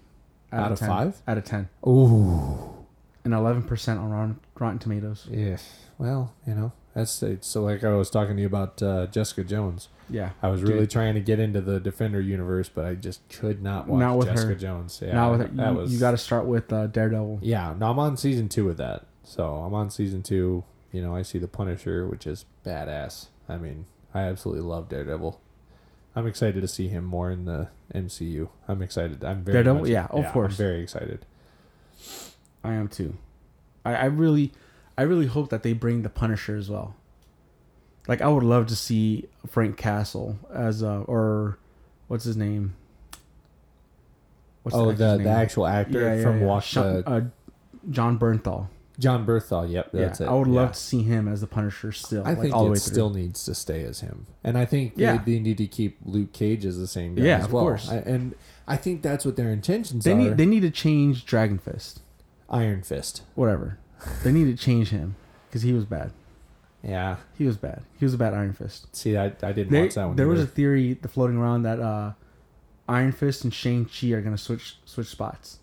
B: Out of
C: 10.
B: five?
C: Out of ten.
B: Ooh.
C: And eleven percent on Rotten, Rotten Tomatoes.
B: Yeah. Well, you know that's it. so. Like I was talking to you about uh, Jessica Jones.
C: Yeah.
B: I was really
C: Dude.
B: trying to get into the Defender universe, but I just could not watch
C: Not with
B: Jessica
C: her.
B: Jones. Yeah,
C: Now with it,
B: that
C: you,
B: was
C: you got to start with uh, Daredevil.
B: Yeah, no, I'm on season two of that. So I'm on season two. You know, I see the Punisher, which is badass. I mean, I absolutely love Daredevil. I'm excited to see him more in the MCU. I'm excited. I'm very
C: Daredevil?
B: much-
C: Yeah, of
B: I'm
C: course.
B: very excited.
C: I am too. I, I really, I really hope that they bring the Punisher as well. Like I would love to see Frank Castle as a or, what's his name? What's
B: oh, the,
C: actor's
B: the
C: name?
B: actual actor
C: Yeah, yeah,
B: from
C: yeah.
B: Watch
C: Sean-
B: the
C: uh, John Bernthal.
B: John Berthal. Yep,
C: Yeah,
B: that's it.
C: I would love
B: Yeah.
C: to see him as the Punisher still.
B: I
C: like,
B: think
C: all the
B: it
C: way
B: still
C: through.
B: needs to stay as him, and I think
C: Yeah.
B: they, they need to keep Luke Cage as the same guy.
C: Yeah,
B: as
C: of
B: well.
C: course.
B: I, and I think that's what their intentions
C: They
B: are.
C: need they need to change Dragon Fist.
B: Iron Fist.
C: Whatever. they need to change him because he was bad.
B: Yeah,
C: He was bad. He was a bad Iron Fist.
B: See, I, I didn't
C: They,
B: watch that one.
C: there was a
B: either.
C: theory that floating around that uh, Iron Fist and Shang Chi are gonna switch switch spots.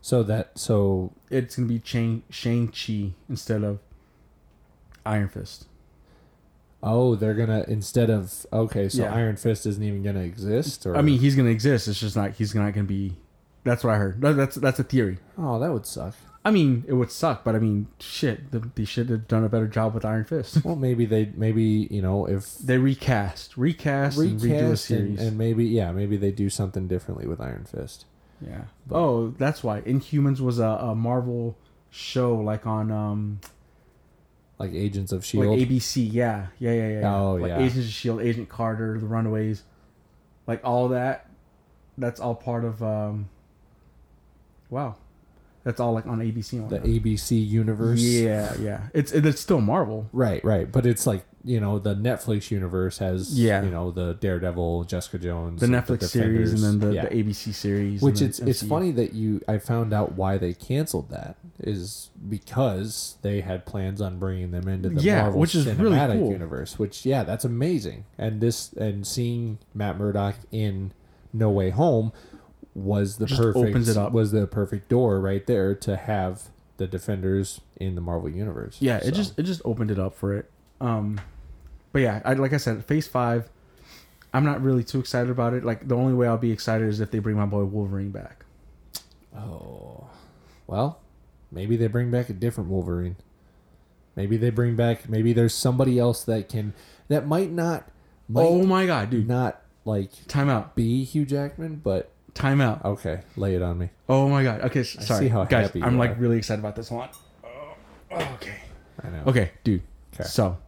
B: so that so
C: It's gonna be Shang Shang Chi instead of Iron Fist.
B: oh they're gonna instead of okay so
C: Yeah.
B: Iron Fist isn't even gonna exist or
C: I mean, he's gonna exist. It's just not he's not gonna be. That's what I heard. That- That's that's a theory.
B: oh that would suck.
C: I mean, it would suck, but I mean, shit, the, they should have done a better job with Iron Fist.
B: Well, maybe they maybe you know if
C: they recast, recast, and redo a
B: recast and,
C: series.
B: and maybe yeah maybe they do something differently with Iron Fist.
C: yeah. oh, that's why Inhumans was a, a Marvel show, like on um,
B: Like Agents of Shield.
C: like ABC. Yeah, yeah, yeah, yeah.
B: Oh,
C: like
B: yeah.
C: Agents of Shield, E Agent Carter, The Runaways, like all that. That's all part of. um Wow, that's all like on ABC. and
B: the
C: whatnot.
B: ABC universe.
C: yeah, yeah. It's it's still Marvel.
B: Right, right, but it's like you know the Netflix universe has
C: Yeah.
B: you know the Daredevil, Jessica Jones,
C: The Netflix series and then the,
B: Defenders. Yeah.
C: the ABC series,
B: Which
C: and
B: it's
C: the
B: it's
C: MCU.
B: funny that you I found out why they canceled that is because they had plans on bringing them into the
C: Yeah,
B: Marvel
C: which is
B: Cinematic
C: really cool.
B: Universe. Which yeah, that's amazing. And this and seeing Matt Murdock in No Way Home was the
C: Just
B: perfect
C: opens it up.
B: was the perfect door right there to have the Defenders in the Marvel Universe.
C: Yeah, it
B: So,
C: just it just opened it up for it. Um, but yeah, I, like I said, Phase Five, I'm not really too excited about it. Like the only way I'll be excited is if they bring my boy Wolverine back.
B: oh well, maybe they bring back a different Wolverine. Maybe they bring back. Maybe there's somebody else that can that might not. Might
C: oh my god, dude!
B: not like
C: Time out!
B: be Hugh Jackman, but
C: Time out!
B: okay, lay it on me.
C: Oh my god! Okay, s-
B: I
C: sorry,
B: see how
C: guys.
B: happy you
C: I'm like
B: are.
C: really excited about this one. Oh, okay.
B: I know.
C: Okay, dude.
B: 'Kay.
C: So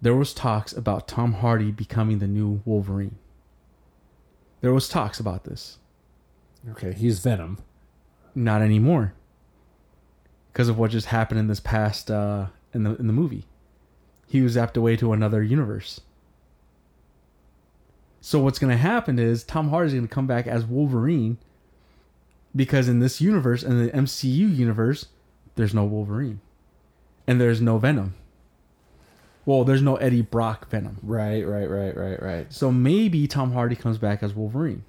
C: there was talks about Tom Hardy becoming the new Wolverine. There was talks about this.
B: Okay, he's Venom.
C: Not anymore. Because of what just happened in this past uh, in the in the movie, he was zapped away to another universe. So what's going to happen is Tom Hardy's going to come back as Wolverine. Because in this universe, in the MCU universe, there's no Wolverine, and there's no Venom. Well, there's no Eddie Brock Venom.
B: Right, right, right, right, right.
C: So maybe Tom Hardy comes back as Wolverine,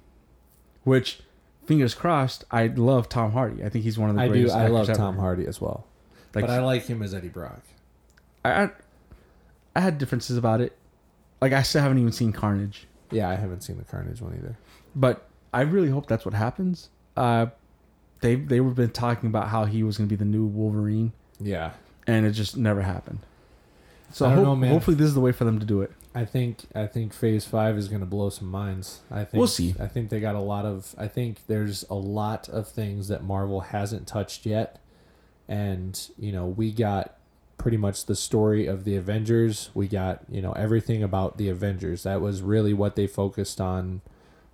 C: which, fingers crossed. I love Tom Hardy. I think he's one of the
B: I do.
C: greatest.
B: I love
C: actors ever.
B: Tom Hardy as well,
C: Like,
B: but I like him as Eddie Brock.
C: I, I, I had differences about it. Like I still haven't even seen Carnage,
B: Yeah, I haven't seen the Carnage one either.
C: but I really hope that's what happens. Uh, they they were been talking about how he was going to be the new Wolverine,
B: Yeah,
C: and it just never happened. So
B: I don't
C: hope-
B: know, man.
C: hopefully this is the way for them to do it.
B: I think I think Phase Five is going to blow some minds. I think
C: We'll see.
B: I think they got a lot of. I think there's a lot of things that Marvel hasn't touched yet, and you know we got pretty much the story of the Avengers. We got you know everything about the Avengers. That was really what they focused on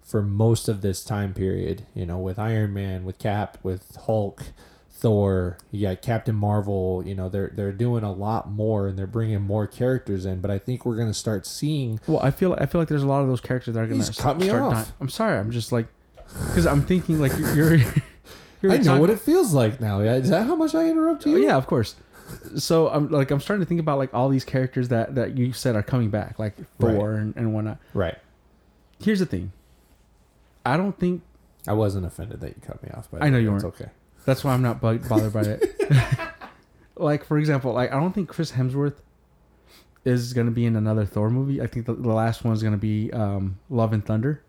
B: for most of this time period. You know, with Iron Man, with Cap, with Hulk. Thor, you got Captain Marvel. You know they're they're doing a lot more, and they're bringing more characters in. But I think we're gonna start seeing
C: Well, I feel I feel like there's a lot of those characters that are going
B: He's
C: to
B: cut me off.
C: I'm sorry. I'm just like because I'm thinking like you're. you're,
B: I know
C: talking-
B: what it feels like now. Yeah, Is that how much I interrupt you?
C: Oh, yeah, of course. So I'm like I'm starting to think about like all these characters that that you said are coming back, like Thor and, and whatnot.
B: Right.
C: Here's the thing. I don't think
B: I wasn't offended that you cut me off, but
C: I know you
B: it's
C: weren't.
B: Uh, okay.
C: that's why I'm not bu- bothered by it. like for example, like I don't think Chris Hemsworth is gonna be in another Thor movie. I think the, the last one's gonna be um, Love and Thunder.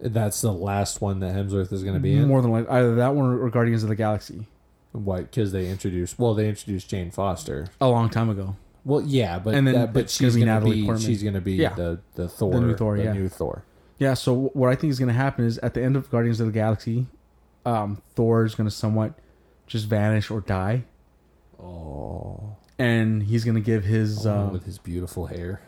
B: That's the last one that Hemsworth is going to be in.
C: More than like either that one or Guardians of the Galaxy.
B: What? Because they introduced. Well, they introduced Jane Foster.
C: A long time ago.
B: Well, yeah, but
C: And then
B: that, but
C: it's gonna
B: she's
C: be
B: going to
C: Natalie
B: be
C: Portman.
B: she's going to be
C: Yeah.
B: the the Thor,
C: The new Thor, yeah.
B: new Thor.
C: Yeah, so what I think is going to happen is at the end of Guardians of the Galaxy, um, Thor is going to somewhat just vanish or die,
B: Oh,
C: and he's going to give his
B: Oh,
C: um,
B: with his beautiful hair.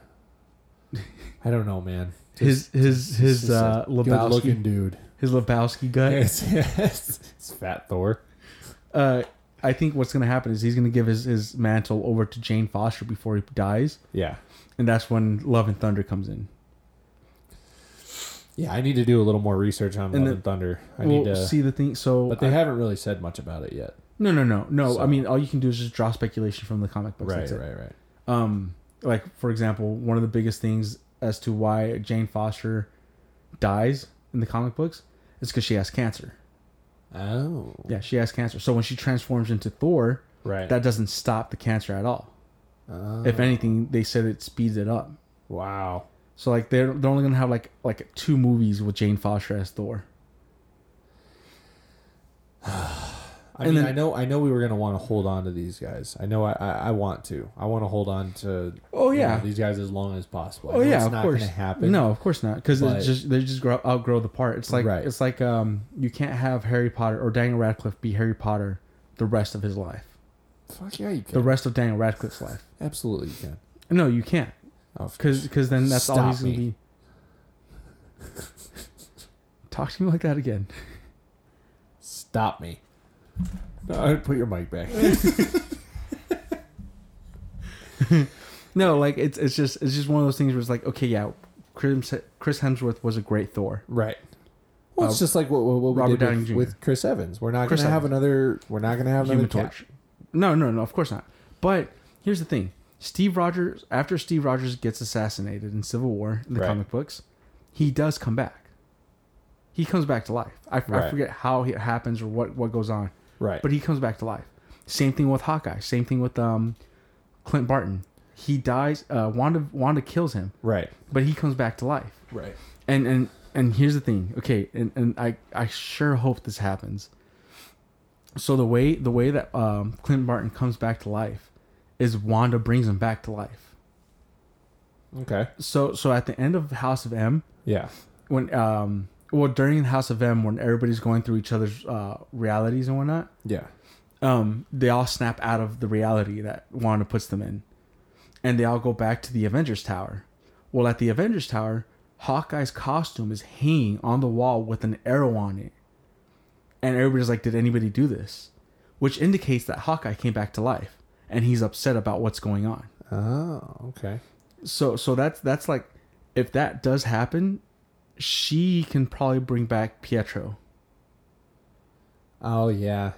B: I don't know, man.
C: his his his uh,
B: good
C: Lebowski
B: looking dude.
C: his Lebowski gut.
B: Yes, yes. It's fat Thor.
C: Uh, I think what's going to happen is he's going to give his his mantle over to Jane Foster before he dies,
B: Yeah.
C: and that's when Love and Thunder comes in.
B: Yeah, I need to do a little more research on Love
C: And the-
B: and Thunder. I
C: Well,
B: need to
C: see the thing. So
B: But they
C: I-
B: haven't really said much about it yet.
C: no no no no.
B: So-
C: I mean, all you can do is just draw speculation from the comic books. That's it.
B: right.
C: um like for example one of the biggest things as to why jane foster dies in the comic books is because she has cancer
B: Oh,
C: yeah she has cancer so when she transforms into thor
B: right.
C: that doesn't stop the cancer at all
B: Oh,
C: if anything they said it speeds it up
B: wow.
C: so like they're, they're only gonna have like like two movies with jane foster as thor
B: I
C: And
B: mean,
C: then-
B: I know, I know, we were gonna want to hold on to these guys. I know, I, I, I want to. I want to hold on to.
C: Oh,
B: you
C: yeah.
B: know, these guys as long as possible. I
C: oh
B: know
C: yeah
B: it's
C: of
B: not
C: course
B: gonna happen.
C: no of course not because
B: But-
C: just they just grow outgrow the part it's like
B: Right.
C: it's like um you can't have harry potter or daniel radcliffe be harry potter the rest of his life
B: fuck yeah, you
C: the
B: can.
C: rest of Daniel Radcliffe's life.
B: Absolutely, you can.
C: No, you can't,
B: Oh, f-
C: because then that's all
B: Stop
C: he's gonna
B: me.
C: be. Talk to me like that again.
B: stop me! No, I- put your mic back.
C: No, like it's it's just it's just one of those things where it's like, okay, yeah, Chris Chris Hemsworth was a great Thor.
B: right. Um, Well, it's
C: Uh,
B: just like what, what, what we
C: Robert
B: did
C: Downey
B: with,
C: Jr..
B: with Chris Evans. We're not
C: Chris
B: gonna have another. We're not gonna have another
C: Human
B: Cap.
C: Torch. No, no, no, of course not. But here's the thing: Steve Rogers, after Steve Rogers gets assassinated in Civil War in the
B: Right.
C: comic books, he does come back. He comes back to life. I, I
B: Right.
C: forget how it happens or what what goes on.
B: Right.
C: but he comes back to life. Same thing with Hawkeye. Same thing with um, Clint Barton. He dies. Uh, Wanda Wanda kills him,
B: right.
C: but he comes back to life.
B: Right.
C: And and and here's the thing. Okay, and, and I I sure hope this happens. So the way the way that um, Clint Barton comes back to life is Wanda brings him back to life.
B: Okay.
C: So so at the end of House of M,
B: Yeah.
C: when um well during House of M when everybody's going through each other's uh, realities and whatnot,
B: Yeah.
C: um, they all snap out of the reality that Wanda puts them in, and they all go back to the Avengers Tower. Well, at the Avengers Tower, Hawkeye's costume is hanging on the wall with an arrow on it, and everybody's like, "Did anybody do this?" Which indicates that Hawkeye came back to life, and he's upset about what's going on.
B: Oh, okay.
C: So, so that's that's like, if that does happen, she can probably bring back Pietro.
B: Oh yeah.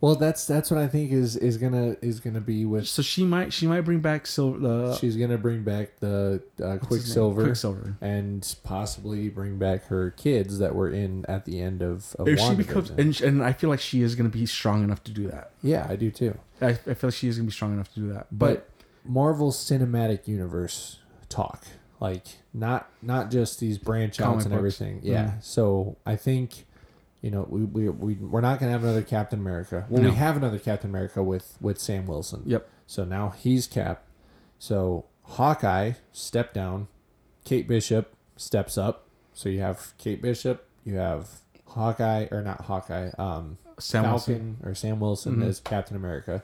B: Well, that's that's what I think is is gonna is gonna be with.
C: So she might she might bring back Silver the
B: She's gonna bring back the uh,
C: what's his name?
B: Quicksilver,
C: Quicksilver.
B: and possibly bring back her kids that were in at the end of. of
C: If she becomes
B: WandaVision.
C: and, sh- and I feel like she is going to be strong enough to do that.
B: yeah, I do too.
C: I, I feel like she is going to be strong enough to do that. But
B: but Marvel Cinematic Universe talk, like not not just these branch
C: Comic
B: outs and
C: books. Mm-hmm.
B: everything. Yeah. So I think, you know, we we we we're not gonna have another Captain America. Well,
C: No.
B: we have another Captain America with with Sam Wilson.
C: Yep.
B: So now he's Cap. So Hawkeye step down. Kate Bishop steps up. So you have Kate Bishop. You have Hawkeye or not Hawkeye. Um,
C: Sam Wilson.
B: Falcon Mm-hmm. or Sam Wilson as Captain America.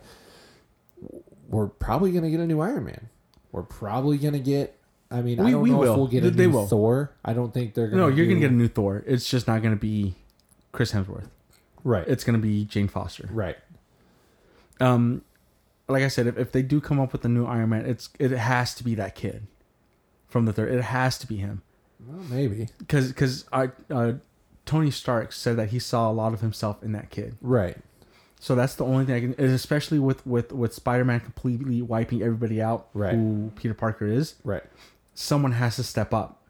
B: We're probably gonna get a new Iron Man. We're probably gonna get. I mean,
C: We-
B: I don't
C: we
B: know
C: will.
B: if we'll get a
C: They
B: new
C: will.
B: Thor. I don't think they're gonna.
C: No, you're
B: do-
C: going to get a new Thor. It's just not going to be Chris Hemsworth.
B: right.
C: It's going to be Jane Foster.
B: right.
C: Um, like I said, if, if they do come up with a new Iron Man, it's it has to be that kid from the third. It has to be him
B: Well, maybe.
C: because because I uh, Tony Stark said that he saw a lot of himself in that kid.
B: Right.
C: So that's the only thing I can, and especially with with with Spider Man completely wiping everybody out,
B: Right.
C: who Peter Parker is.
B: Right.
C: Someone has to step up,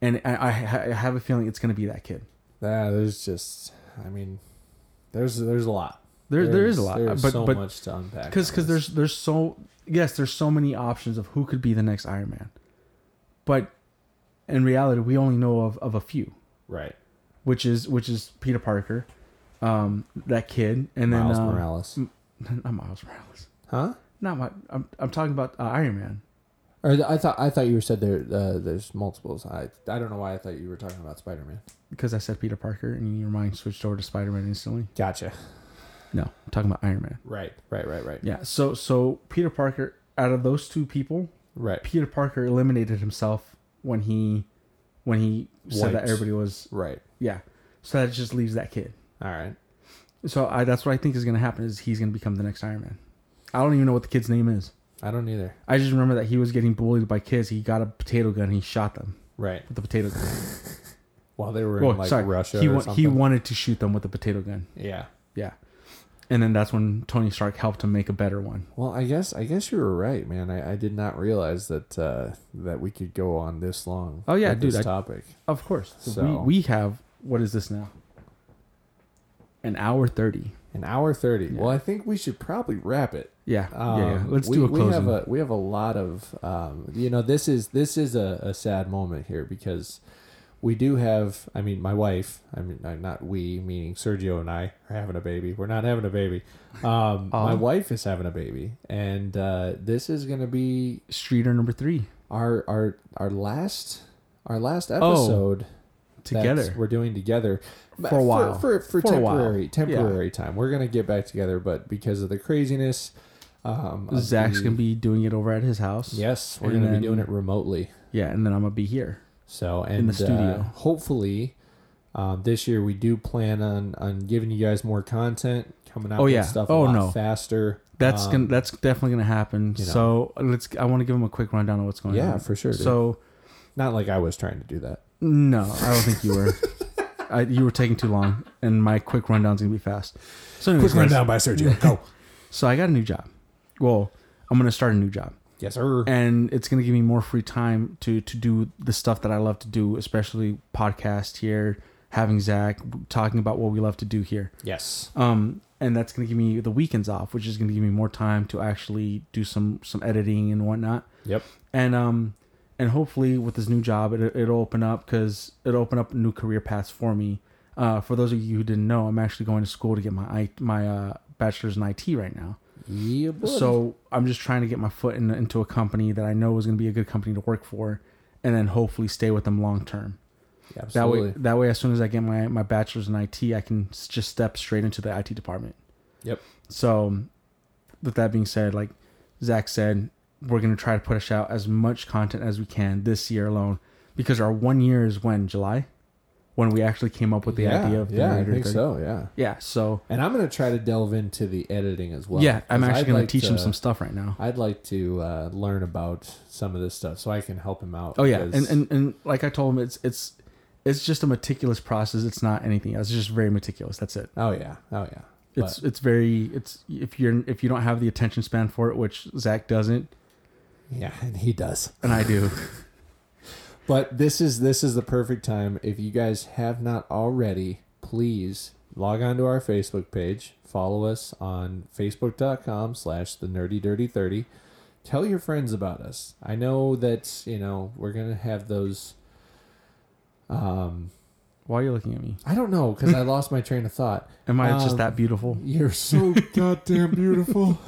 C: and I, I, ha- I have a feeling it's going to be that kid.
B: That Uh, there's just. I mean, there's there's a lot.
C: There there is a lot,
B: There's
C: but
B: so
C: but
B: much to unpack.
C: because
B: on this.
C: because there's there's so yes there's so many options of who could be the next Iron Man, but in reality we only know of of a few,
B: right.
C: which is which is Peter Parker, um that kid, and then
B: Miles
C: um,
B: Morales,
C: not Miles Morales,
B: huh?
C: not my I'm I'm talking about uh, Iron Man.
B: Or th- I thought I thought you said there uh, there's multiples. I I don't know why I thought you were talking about Spider Man.
C: because I said Peter Parker and your mind switched over to Spider Man instantly.
B: Gotcha.
C: No, I'm talking about Iron Man.
B: Right. Right. Right. Right.
C: Yeah. So so Peter Parker, out of those two people,
B: Right.
C: Peter Parker eliminated himself when he when he said that
B: Wiped.
C: everybody was
B: Right.
C: yeah. So that just leaves that kid.
B: All right.
C: So I, that's what I think is gonna happen is he's gonna become the next Iron Man. I don't even know what the kid's name is.
B: I don't either.
C: I just remember that he was getting bullied by kids. He got a potato gun. and He shot them
B: Right.
C: with the potato gun.
B: While they were in
C: Oh,
B: like
C: sorry.
B: Russia
C: he
B: or
C: wa-
B: something.
C: he wanted to shoot them with a potato gun.
B: yeah.
C: Yeah. And then that's when Tony Stark helped him make a better one.
B: Well, I guess I guess you were right, man. I, I did not realize that uh, that we could go on this long.
C: Oh, yeah,
B: with
C: dude,
B: This
C: I-
B: topic.
C: Of course.
B: So-
C: We, we have, what is this now? An hour 30.
B: An hour thirty.
C: Yeah.
B: Well, I think we should probably wrap it.
C: Yeah.
B: Um,
C: yeah, yeah. Uh, Let's
B: we,
C: do a
B: we
C: closing.
B: have a we have a lot of um, you know this is this is a, a sad moment here because we do have I mean my wife I mean uh, not we meaning Sergio and I are having a baby we're not having a baby um, my wife is having a baby and uh, this is gonna be
C: Streeter number three
B: our our our last our last episode
C: Oh. together.
B: that's- we're doing together But
C: For a while.
B: for for,
C: For a while.
B: temporary
C: Yeah.
B: temporary time we're gonna get back together but because of the craziness um of
C: Zach's
B: the-
C: going to be doing it over at his house.
B: yes we're
C: and
B: gonna
C: then-
B: be doing it remotely
C: Yeah. And then I'm going to be here.
B: so and
C: the
B: uh,
C: studio.
B: hopefully um, this year we do plan on on giving you guys more content coming out
C: Oh,
B: with
C: yeah.
B: stuff
C: Oh,
B: a lot
C: no.
B: faster
C: That's
B: Um,
C: gonna. That's definitely gonna happen.
B: you know.
C: So let's. I want to give him a quick rundown of what's going on.
B: Yeah, for sure, dude.
C: So
B: not like i was trying to do that
C: No, I don't think you were. I, you were taking too long, and my quick rundown's gonna be fast. So, anyways,
B: quick
C: guys,
B: rundown by sergio go
C: So I got a new job. Well, I'm gonna start a new job,
B: yes sir
C: and it's gonna give me more free time to to do the stuff that I love to do, especially podcast here, having Zach talking about what we love to do here.
B: yes
C: Um, and that's gonna give me the weekends off, which is gonna give me more time to actually do some some editing and whatnot
B: yep
C: and um and hopefully with this new job it, it'll open up because it'll open up new career paths for me uh, for those of you who didn't know i'm actually going to school to get my I, my uh, bachelor's in it right now
B: yeah buddy.
C: so i'm just trying to get my foot in, into a company that i know is going to be a good company to work for and then hopefully stay with them long term that
B: absolutely
C: way that way as soon as i get my, my bachelor's in it i can s- just step straight into the it department
B: yep
C: so, with that being said, like Zach said, we're gonna try to push out as much content as we can this year alone because our one year is when July, when we actually came up with the
B: yeah,
C: idea of the
B: yeah, I
C: Nerdy
B: think
C: Thirty.
B: so. Yeah,
C: Yeah, so
B: and I'm gonna try to delve into the editing as well.
C: yeah, I'm
B: 'cause
C: actually
B: I'd
C: gonna
B: like
C: teach him
B: to-
C: some stuff right now.
B: I'd like to uh, learn about some of this stuff so I can help him out.
C: Oh yeah, and,
B: because-
C: and and like I told him, it's it's it's just a meticulous process. It's not anything else. It's just very meticulous. That's it.
B: oh yeah, oh yeah.
C: It's
B: But,
C: it's very it's if you're if you don't have the attention span for it, which Zach doesn't,
B: yeah, and he does.
C: and I do.
B: But this is this is the perfect time. If you guys have not already, please log on to our Facebook page. Follow us on Facebook.com slash the nerdy dirty thirty. Tell your friends about us. I know that, you know, we're gonna have those um
C: Why are you looking at me?
B: I don't know, because I lost my train of thought.
C: Am I just
B: Um,
C: that beautiful?
B: You're so goddamn beautiful.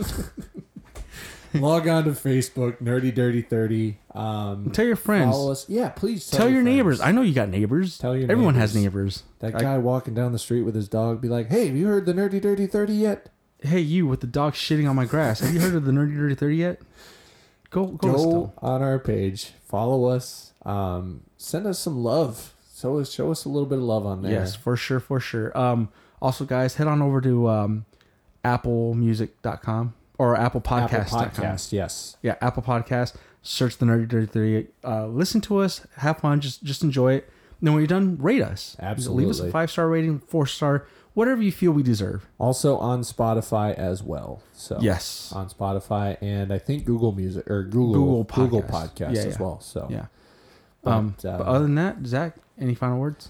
B: Log on to Facebook, Nerdy Dirty Thirty. Um,
C: Tell your friends.
B: follow us. Yeah, please
C: Tell, your,
B: friends.
C: neighbors. I know you got neighbors.
B: Tell your
C: everyone has neighbors.
B: neighbors. That guy walking down the street with his dog be like, "Hey, have you heard the Nerdy Dirty 30 yet?
C: Hey, you with the dog shitting on my grass. Have you heard of the Nerdy Dirty Thirty yet? Go go. listen to
B: Go
C: them.
B: on our page, follow us, um, send us some love. So show us a little bit of love on there.
C: Yes, for sure, for sure. Um, also, guys, head on over to um, applemusic.com or
B: Apple
C: applepodcast.com.
B: Podcast. Yes,
C: Yeah, Apple Podcast. Search the Nerdy Dirty Thirty. Uh, listen to us. Have fun. Just just enjoy it. And then when you're done, rate us. Leave us a
B: Absolutely.
C: five star rating, four star, whatever you feel we deserve.
B: also on Spotify as well. So
C: Yes.
B: on Spotify and I think Google Music or Google
C: Google
B: Google
C: Podcast.
B: Podcast,
C: Yeah,
B: as
C: yeah.
B: well. So
C: Yeah.
B: But,
C: um,
B: uh,
C: but other than that, Zach, any final words?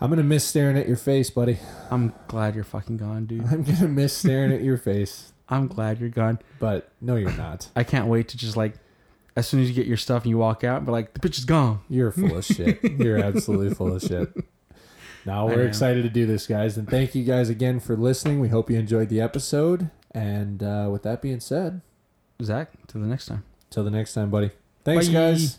B: I'm gonna miss staring at your face, buddy.
C: I'm glad you're fucking gone, dude.
B: I'm gonna miss staring at your face.
C: I'm glad you're gone.
B: But no, you're not.
C: I can't wait to just like, as soon as you get your stuff and you walk out, but like the bitch is gone.
B: You're full of shit. You're absolutely full of shit. Now
C: I
B: we're
C: am.
B: excited to do this, guys, and thank you guys again for listening. We hope you enjoyed the episode. And uh, with that being said,
C: Zach, till the next time.
B: till the next time, buddy. Thanks,
C: Bye.
B: guys.